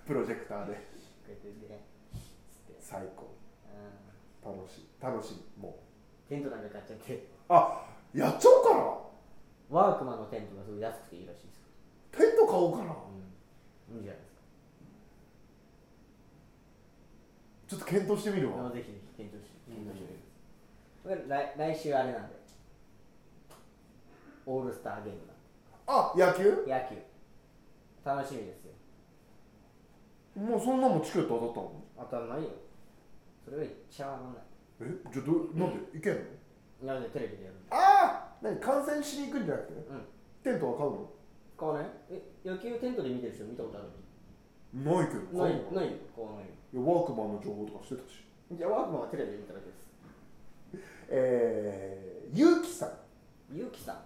プロジェクターでこうやってねつって、最高うん、楽しい楽しいもテントなんか買っちゃってうあやっちゃおうかワークマンのテントがすごい安くていいらしいですなテント買おうかなうんいいんじゃないですかちょっと検討してみるわぜひぜひ検討して検討してみます、これ来来週あれなんでオールスターゲームあ野球なんで野球楽しみですよもうそんなもんチケット当たったの当たんないよそれは言っちゃわないえじゃあどうなんで行けんなののでテレビでやるんでああ何観戦しに行くんじゃなくてうんテントは買うの買わないえ野球テントで見てる人見たことあるないけどな買いうのかないいよ買わないよやワークマンの情報とかしてたしいやワークマンはテレビで見ただけですえー、ゆうきさんゆうきさん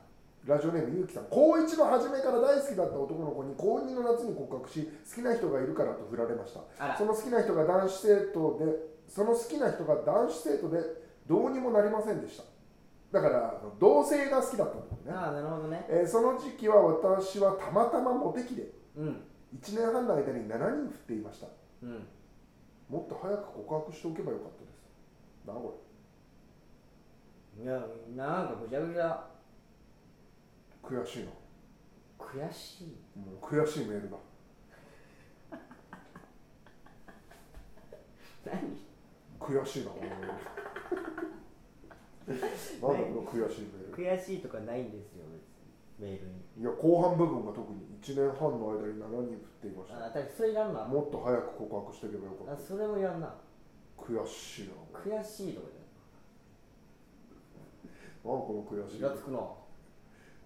ラジオネームゆうきさん高1の初めから大好きだった男の子に高2の夏に告白し好きな人がいるからと振られましたあらその好きな人が男子生徒でその好きな人が男子生徒でどうにもなりませんでしただからあの同性が好きだったんだよね、ああなるほどねえーその時期は私はたまたまモテ期でうん1年半の間に7人振っていましたうんもっと早く告白しておけばよかったですなこいやなんかぐちゃぐちゃれ悔しいな悔しいもう悔しいメールだ何悔しいなこのメールなんだこの悔しいメール悔しいとかないんですよ別にメールにいや後半部分が特に1年半の間に7人振っていましたあ確かにそれやんなもっと早く告白していけばよかあったそれもやんな悔しいなこれ悔しいとかなんかこの悔しいじゃないイラつくな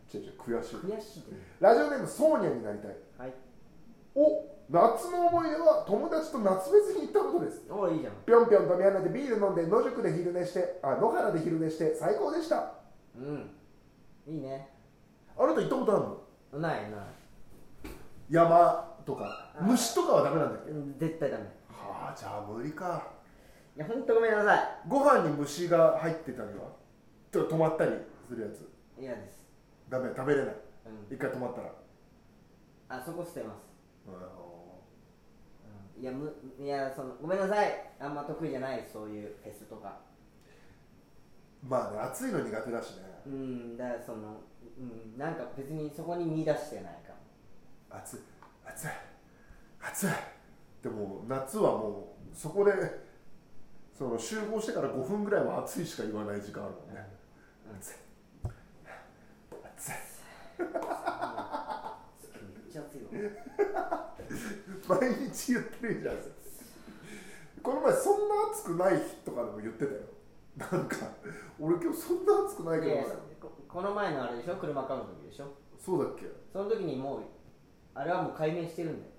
違う違う悔しい悔しいとかラジオネームソーニャになりたいはいお夏の思い出は友達と夏フェスに行ったことですおいいじゃんぴょんぴょん飛び跳ねてビール飲んで野宿で昼寝してあ野原で昼寝して最高でしたうんいいねあなた行ったことあるのないない山とか虫とかはダメなんだっけうん絶対ダメはあじゃあ無理かいやほんとごめんなさご飯に虫が入ってたりはちょっと止まったりするやつい嫌ですダメ食べれないうん一回止まったらあそこ捨てます、ううん、いやむいやそのごめんなさいあんま得意じゃないそういうフェスとかんまあね暑いの苦手だしねうんだからそのうんなんか別にそこに見出してないかも暑い暑い暑いでも夏はもうそこでその集合してから5分ぐらいは暑いしか言わない時間あるもんね暑い暑いめっちゃ熱いわ毎日言ってるじゃんこの前そんな暑くない日とかでも言ってたよなんか俺今日そんな暑くないけいどやここの前のあれでしょ車買う時でしょそうだっけその時にもうあれはもう解明してるんだよ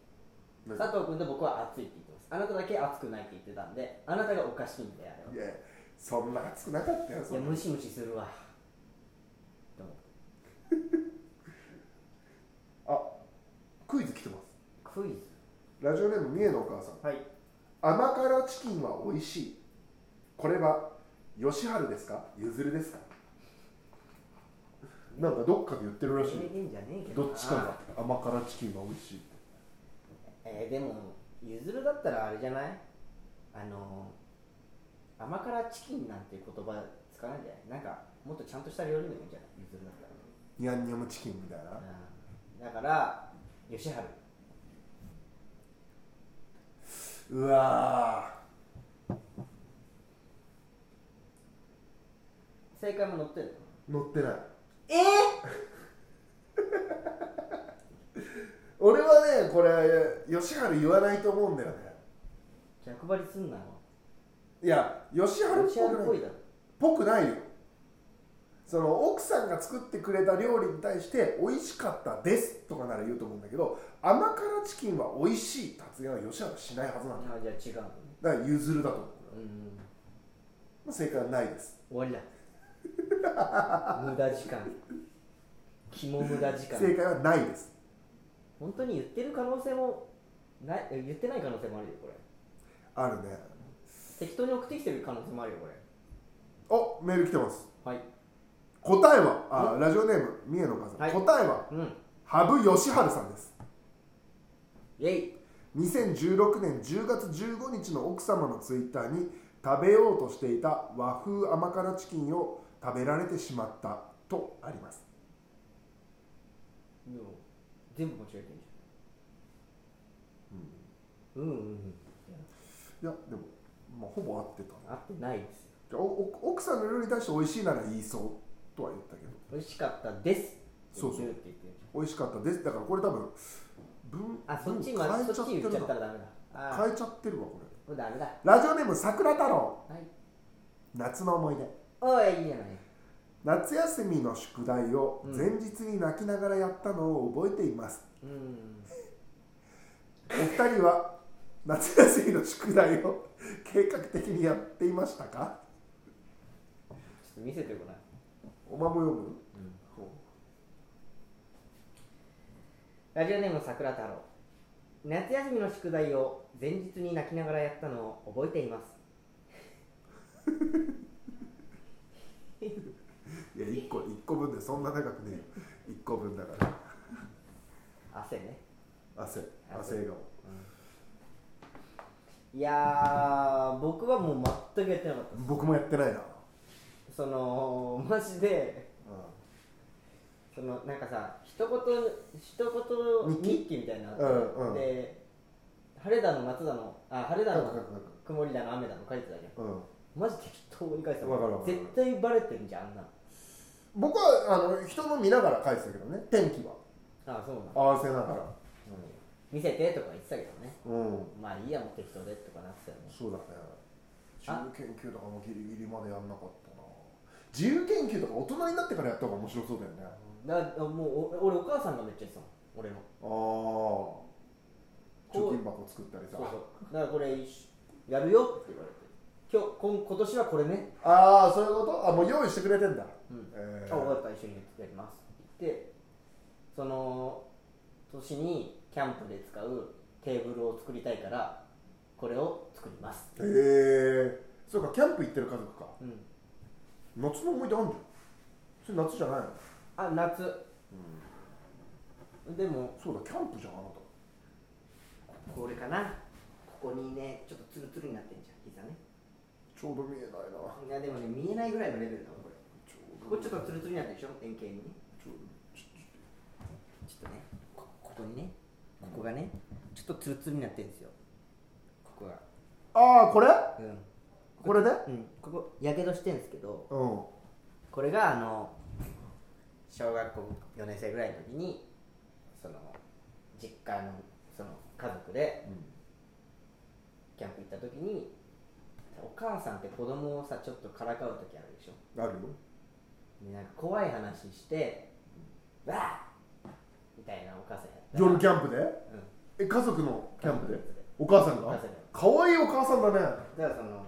何佐藤君と僕は暑いって言ってますあなただけ暑くないって言ってたんであなたがおかしいんだよあれはいやそんな暑くなかったよいそやんなムシムシするわと思ってあクイズ来てますクイズラジオネーム三重のお母さんはい甘辛チキンは美味しいこれは吉春ですかゆずるですかなんかどっかで言ってるらし名い言じゃねえけどどなっちかが甘辛チキンは美味しいってえーでもゆずるだったらあれじゃないあのー甘辛チキンなんていう言葉使わないんじゃないなんかもっとちゃんとした料理名じゃないゆずるだったらニャンニャムチキンみたいなうんだから吉春うわ正解も載ってる乗ってないえー、俺はねこれ吉春言わないと思うんだよね逆張りすんなよいや吉春っロシアっぽぽいくないだろぽくないよその奥さんが作ってくれた料理に対して「美味しかったです」とかなら言うと思うんだけど甘辛チキンは美味しいって発言は吉原しないはずなんだよあじゃあ違うのねだから譲るだと思ううんまあ正解はないです終わ (laughs) りだ無駄時間肝無駄時間正解はないです本当に言ってる可能性もないえ言ってない可能性もあるよこれあるね適当に送ってきてる可能性もあるよこれおメール来てますはい答えはあラジオネーム三重のお母さん、はい答えはうん羽生善治さんですイェイ2016年10月15日の奥様のツイッターに食べようとしていた和風甘辛チキンを食べられてしまったとありますでも全部間違えてるじゃんうんうんうんうんいやでも、まあ、ほぼ合ってたね合ってないですよじゃあおお奥さんの料理に対して美味しいなら言いそうとは言ったけど美味しかったですそうそってう言ってるって言ってる美味しかったですだからこれ多分分あそっち分ま変えそっちちゃ言っってちゃるったならダメだあー変えちゃってるわこれこれダメだラジオネーム桜太郎はい夏の思い出おいいいじゃない夏休みの宿題をうん前日に泣きながらやったのを覚えています、うんお二人は夏休みの宿題を計画的にやっていましたかちょっと見せてごらんおまも読む、ほラジオネーム桜太郎夏休みの宿題を前日に泣きながらやったのを覚えていますういや1個一個分でそんな長くねえよ1個分だから汗ね、汗汗笑いやー僕はもう全くやってなかったで顔僕もやってないな、すそのマジでそのなんかさ一言一言日記みたいなのあってうんうんで晴れだの夏だのあ晴れだなんかなんのかなんか曇りだの雨だの書いてたじゃんうんマジ適当に書いてたもわかるわんかる絶対バレてんじゃんあんなの僕はあの人の見ながら書いてたけどね天気はああそうなん合わせながら見せてとか言ってたけどねうん、まあいいやもう適当でとかなってたよねそうだね自あ由研究とかもギリギリまでやんなかったな自由研究とか大人になってからやった方が面白そうだよねだからもうお俺お母さんがめっちゃ言ってたもん俺のああ貯金箱作ったりさそうそうだからこれやるよって言われて今日今今年はこれね、ああそういうことあもう用意してくれてんだ、うんえあ分かーった一緒にやりますって言ってその年にキャンプで使うテーブルを作りたいからこれを作ります、へえそうかキャンプ行ってる家族かうん、夏の思い出あんじゃんそれ夏じゃないのあ夏、でもそうだキャンプじゃんあなこれかなここにねちょっとツルツルになってんじゃん膝ねたちょうど見えないなちょいやでもね見えないぐらいのレベルだわこれうこどれちょっとツルツルになってるでしょ円形にねちょうどちちょっとねこここにねここがねちょっとツルツルになってるんですよここがょああこれうんこれでうん、ここやけどしてるんですけどうんこれがあの小学校4年生ぐらいの時にその実家のその家族でキャンプ行った時にお母さんって子供をさちょっとからかう時あるでしょあるよでなんか怖い話して「わあ!」みたいなお母さんやったら夜キャンプうでんえ家族のキャンプで家族でお母さんおが母さんが可愛いお母さんだね (laughs) だからその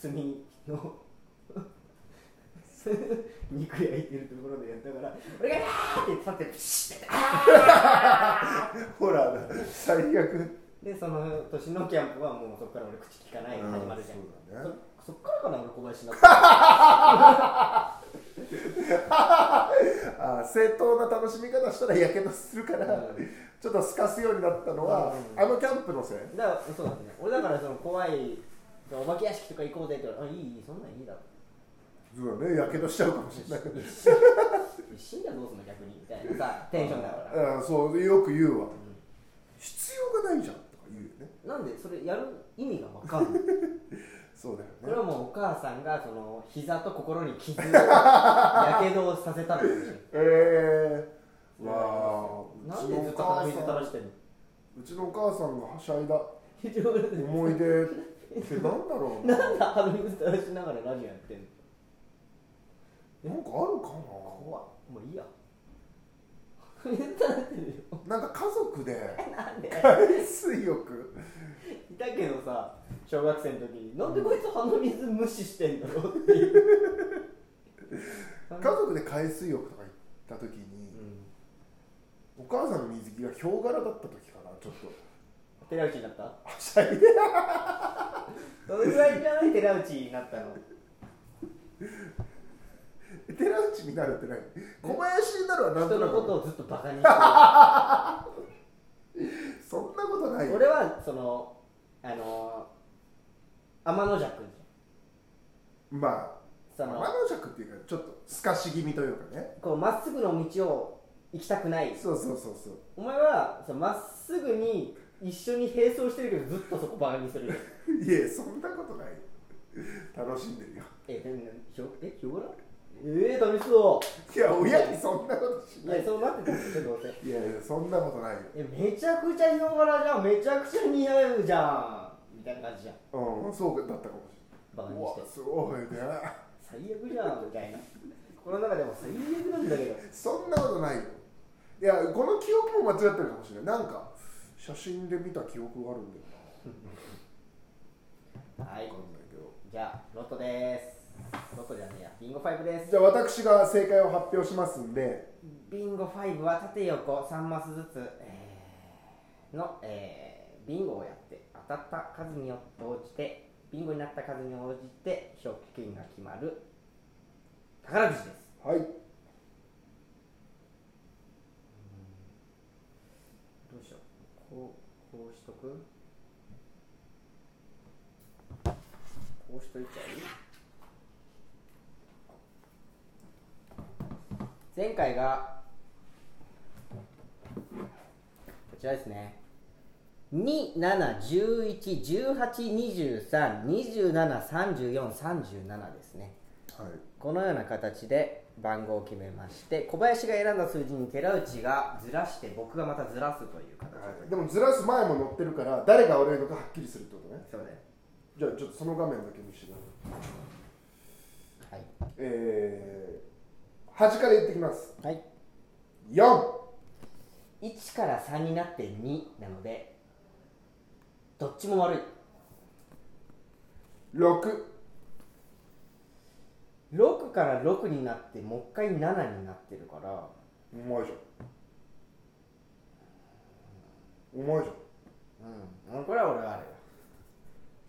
炭の肉焼いてるところでやったから俺が「あー!」って立ってプシッてほら最悪でその年のキャンプはもうそこから俺口利かない始まるじゃんうんそうだねそそっからかな俺小林 (laughs) になったあー正当な楽しみ方したらやけどするから、うんちょっとすかすようになったのは、うんあのキャンプのせいだからそうだね俺だからその怖いお化け屋敷とか行こうぜって言われて「あいいいいそんなんいいだろ」そうだねやけどしちゃうかもしれないけど死んだらどうすんの逆にみたいなさテンションだ (laughs) からうんそうよく言うわ、必要がないじゃんとか言うよねなんでそれやる意味が分かんないそうだよねこれはもうお母さんがその膝と心に傷をやけどをさせたのかもし (laughs) れないええわそれあはあうりますよなんでずっと鼻水ちのお母垂さらんしてんのうちのお母さんがはしゃいだ非常に (laughs) 思い出ってなんだろうななんで鼻水垂らしながら何やってんのなんかあるか怖っもういいや (laughs) 鼻水垂らしてるよななんか家族でなんで (laughs) 海水浴いたけどさ小学生の時になんでこいつ鼻水無視してんだろうっていう家族で海水浴とか行ったう時に、んお母さんの水着がヒョウ柄だった時かなちょっと寺内になったはしゃいでどれぐらいじゃない寺内になったの寺内になるってない小林になるはなんと人なのくことをずっとバカにしてそんなことないるよ俺はそのあの天の邪君じまあゃんそ天のの尺っていうかちょっと透かし気味というかねこうまっすぐの道を行きたくないそうそうそうそうお前はそのまっすぐに一緒に並走してるけどずっとそこバカにするいえそんなことない楽しんでるよ (laughs) え何何ひょえひょうらえー、楽しそいや親にそんなことしういないやそうなってたんですよどうせいやいやそんなことないよえめちゃくちゃ広がらじゃんめちゃくちゃ似合うじゃんみたいな感じじゃんうんそうだったかもしバれカないうにしわてすごいね最悪じゃんみたいなこの中でも最悪なんだけどそんなことないよいやこの記憶も間違ってるかもしれないなんか写真で見た記憶があるんだよはいな分かんないけどじゃあロトですロトじゃねえやビンゴ5ですじゃあ私が正解を発表しますんでビンゴ5は縦横3マスずつ、えーの、えービンゴをやって当たった数によって応じてビンゴになった数に応じて賞金が決まる宝くじですはいどうしようこうこうしとくこうしといちゃう前回がこちらですね27111823273437ですねはいこのような形で番号を決めまして小林が選んだ数字に寺内がずらして僕がまたずらすという形でもずらす前も載ってるから誰が悪いのかはっきりするってことねそうですじゃあちょっとその画面だけ見せてくださはいいえー、端から言ってきますはい、 4 1から3になって2なのでどっちも悪い6 6から6になってもう一回7になってるからうまいじゃんうまいじゃんうんこれは俺はあれよ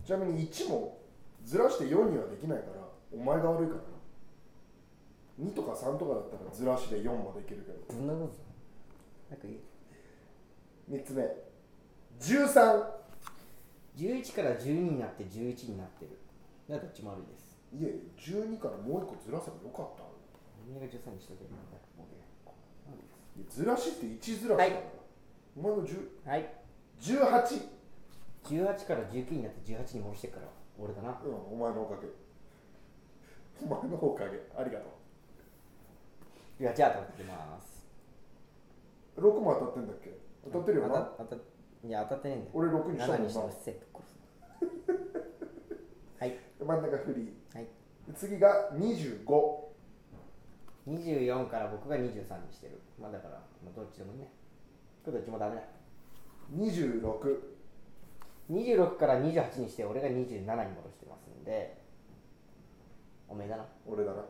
ちなみに1もずらして4にはできないからお前が悪いからな2とか3とかだったらずらしで4もできるけどどんなことなんかいい3つ目13 11から12になって11になってるだからどっちも悪いですいえ12からもう1個ずらせばよかったお前が13にしとけばいいんだいやずらしって1ずらしだから、お前の10はい18 18から19になって18に戻してから俺だなうんお前のおかげ (laughs) お前のおかげありがといやじゃあ当たってきますう6も当たってんだっけ当たってるよな当たったいや当たってねえんだよ俺6にしたも7んになしてますセットはい真ん中フリーはいで次が25 24から僕が23にしてるまあだから、まあ、どっちでもいいねこれどっちもダメだ26 26から28にして俺が27に戻してますんでおめえだな俺だな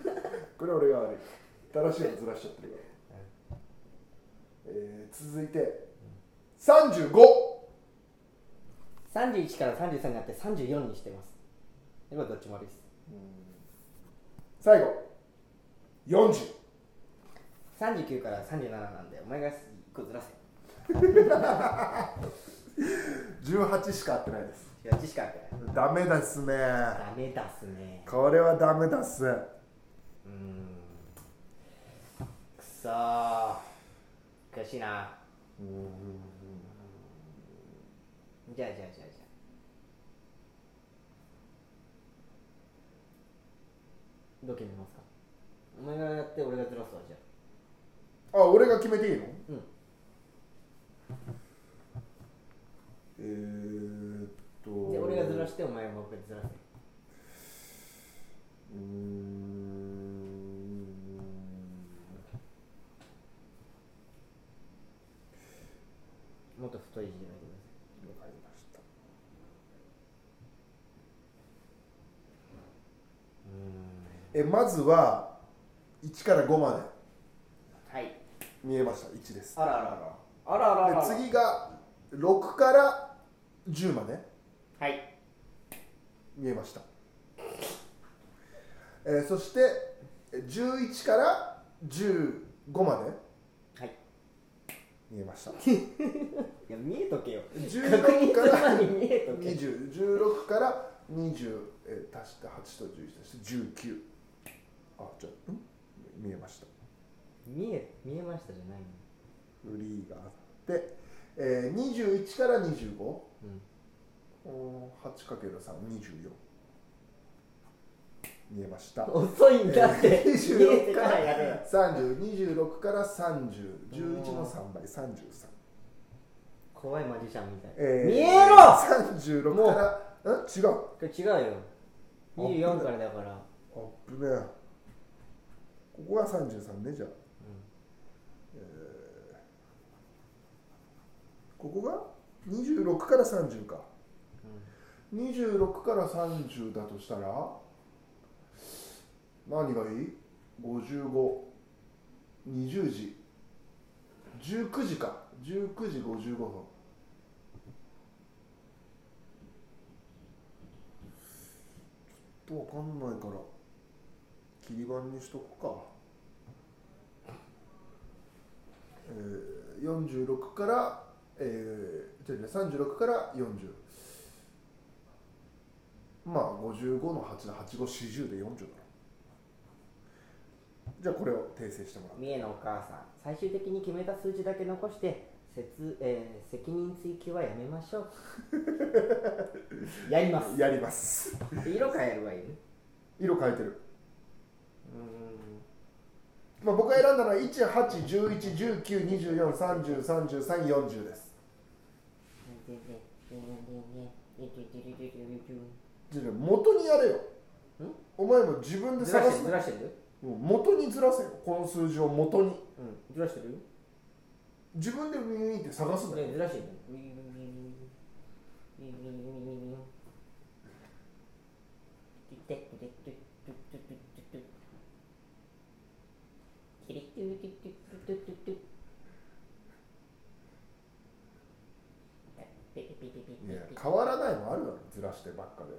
(laughs) これは俺が悪い正しいのずらしちゃってるから、えー続いて35 31から33になって34にしてますでこれどっちも悪いです最後40 39から37なんでお前が1個ずらせ18しか合ってないです18しか開けないダメですねダメだっすねこれはダメだっすうーんくそー悔しいなじゃあじゃあじゃあじゃあどう決めますかお前がやって俺がずらすわじゃああ俺が決めていいのうんえーっとで俺がずらししてお前が僕がずらすうーんもっと太い字で書いてくださいわかりましたえまずは1から5まはいで見えました1ですあらあらあらあらあらあらで次が6から10まではい見えました、えーそしてえー11から15まではい見えま (laughs) したいや見えとけよ16確認かするら前に見えとけ2016から20、えー足して8と11足して19あじゃあん見えました見え見えましたじゃないのフリーがあって、えー、21から25うんおー 8×324 見えました遅いんだ (laughs) って見え26てかからやれよら3026から3011の3倍33、怖いマジシャンみたい、えー見えろ36からん違うこれ違うよ24からだからあっぶねここが33ねじゃあ、えーここが26から30か、26から30だとしたら何がいい ?5520 時19時か19時55分ちょっとわかんないから切り板にしとくか、えー、46からえー、違う違う36から40まあ55の8だ8540で40だろじゃあこれを訂正してもらう三重のお母さん最終的に決めた数字だけ残して説、えー責任追及はやめましょうやりますやりますで色変えるわよね色変えてる、うーんまあ、僕が選んだのは18111924303040ですじゃあ元にやれよお前も自分でずら探してするずらしてる、もう元にずらせよこの数字を元にうん、ずらしてるよ自分でウィーンって探すんだよねずらしてるいや変わらないのあるだろずらしてばっかで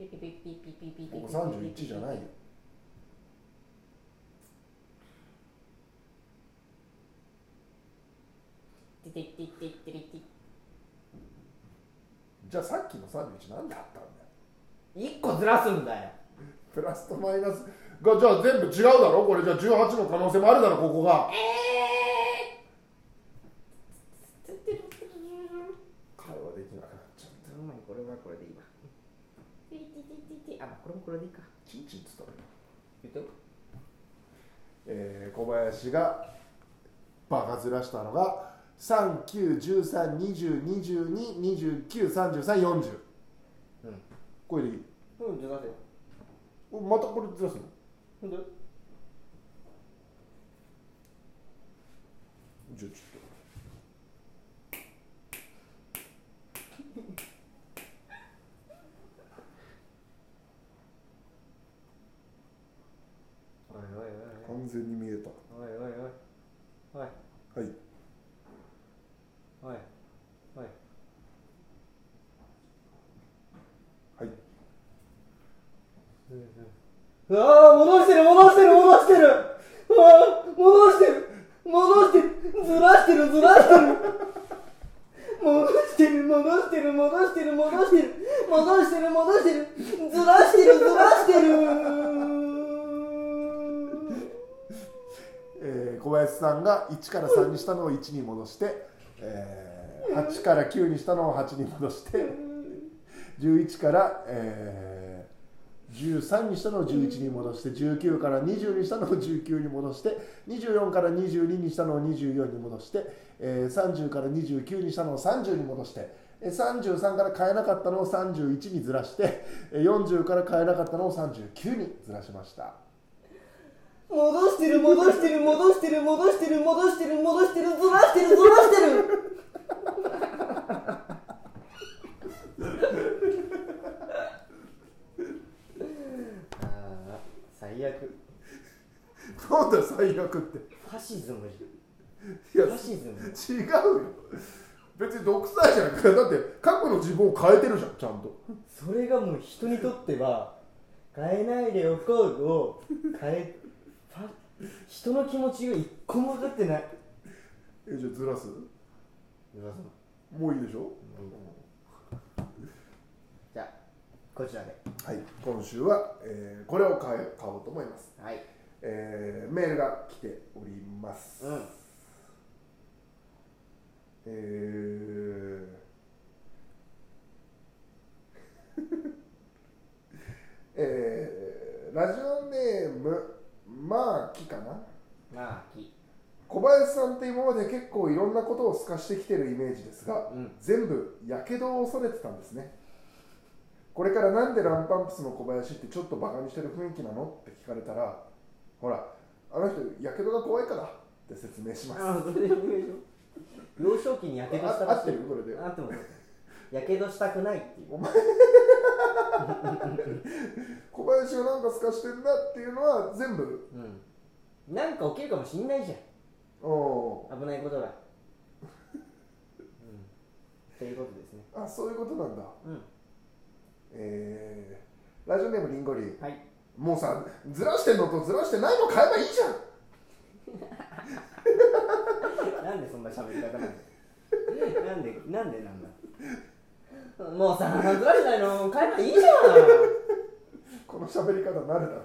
ここ31じゃないよじゃあさっきの31何だったんだよ一個ずらすんだよプラスとマイナスがじゃあ全部違うだろこれじゃあ18の可能性もあるだろここが会話できなくなっちゃううまいこれはこれでいいわあこれもこれでいいかチンチンつったらいい言ってえー小林がバカずらしたのが39132022293340うんこれでいいうんずらせよおまたこれずらすのほんとじゃあちょっおいおいと完全に見えたおいおいおいおいおいおはいいおいはいああ戻してる戻してる戻してるああ戻してる戻してるずらしてるずらしてる戻してる戻してる戻してる戻してる戻してる戻してるずらしてるずらしてるえー小林さんが1から3にしたのを1に戻して、えー8から9にしたのを8に戻して11から、え13にしたのを11に戻して19から20にしたのを19に戻して24から22にしたのを24に戻して、えー30から29にしたのを30に戻してえー33から変えなかったのを31にずらしてえー40から変えなかったのを39にずらしました戻してる戻してる戻してる戻してる戻してる戻してるずらしてるずらしてるああ最悪なんだよ最悪ってファシズムじいやゃんファシズム違うよ別に独裁じゃなくてだって過去の自分を変えてるじゃんちゃんとそれがもう人にとっては変えないでおこうを変えファ人の気持ちが一個も分かってないえじゃあずらすずらすのもういいでしょ、じゃあこちらではい今週は、えーこれを買え買おうと思います、はいえーメールが来ております、うんえー (laughs) えーラジオネームまあきかなまあき小林さんって今まで結構いろんなことを透かしてきてるイメージですが、うん全部やけどを恐れてたんですねこれからなんでランパンプスの小林ってちょっとバカにしてる雰囲気なのって聞かれたらほらあの人やけどが怖いからって説明しますあそれでいいでしょ幼少期にやけどしたらしいあ合ってるこれで合ってますやけどしたくないっていう小林がなんか透かしてんだっていうのは全部うんなんか起きるかもしんないじゃうんん危ないことがうんということですねあそういうことなんだうんえー、ラジオネームリンゴリーはいもうさずらしてんのとずらしてないの買えばいいじゃんなんでそんな喋り方なんだなんでなんでなんだもうさずらしないの変えばいいじゃんこの喋り方なるだろ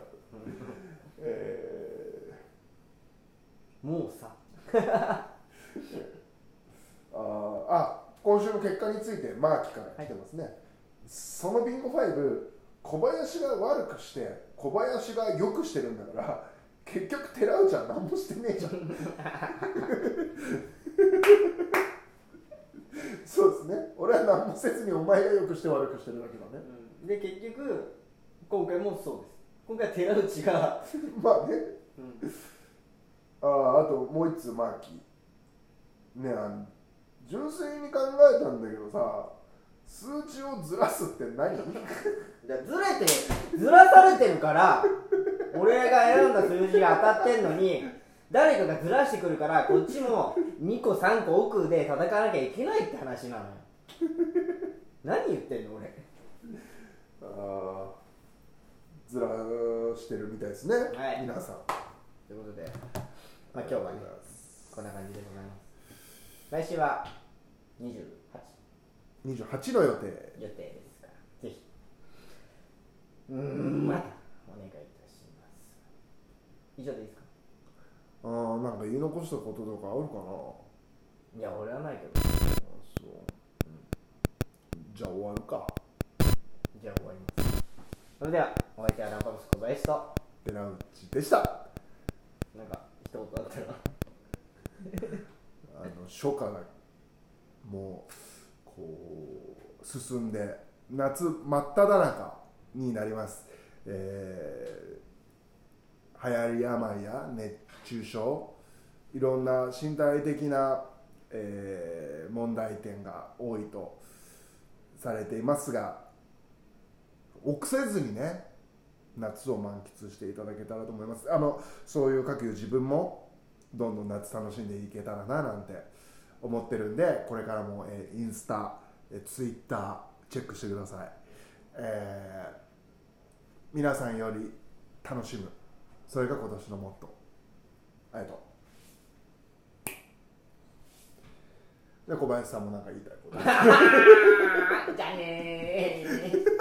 えもうさー、あーあ今週の結果についてマーキから来てますね、そのビンゴ5小林が悪くして小林が良くしてるんだから結局寺内は何もしてねえじゃんそうですね俺は何もせずにお前が良くして悪くしてるだけだねで結局今回もそうです今回寺内が、まあねうん、あああともう一通マーキーねあの純粋に考えたんだけどさ数値をずらすって何だからずれてずらされてるから俺が選んだ数字が当たってんのに誰かがずらしてくるからこっちも2個3個奥で叩かなきゃいけないって話なのよ何言ってんの俺ああずらしてるみたいですね、はい皆さんということで、まあ、今日はねありがとうございますこんな感じでございます来週は28 28の予定予定ですからぜひうーんまたお願いいたします以上でいいですかああなんか言い残したこととかあるかないや俺はないけどあそう、じゃあ終わるかじゃあ終わりますそれではお相手はランパムス小林と寺内でしたなんか一言あったらあの初夏がもうこう進んで夏真っ只中になります、えー、流行り病や熱中症いろんな身体的な、えー問題点が多いとされていますが臆せずにね夏を満喫していただけたらと思いますあのそういう各自分もどんどん夏楽しんでいけたらななんて思ってるんでこれからも、えーインスタ、えー、ツイッターチェックしてください、えー皆さんより楽しむそれが今年のモットーありがとうで小林さんも何か言いたいことじゃあねー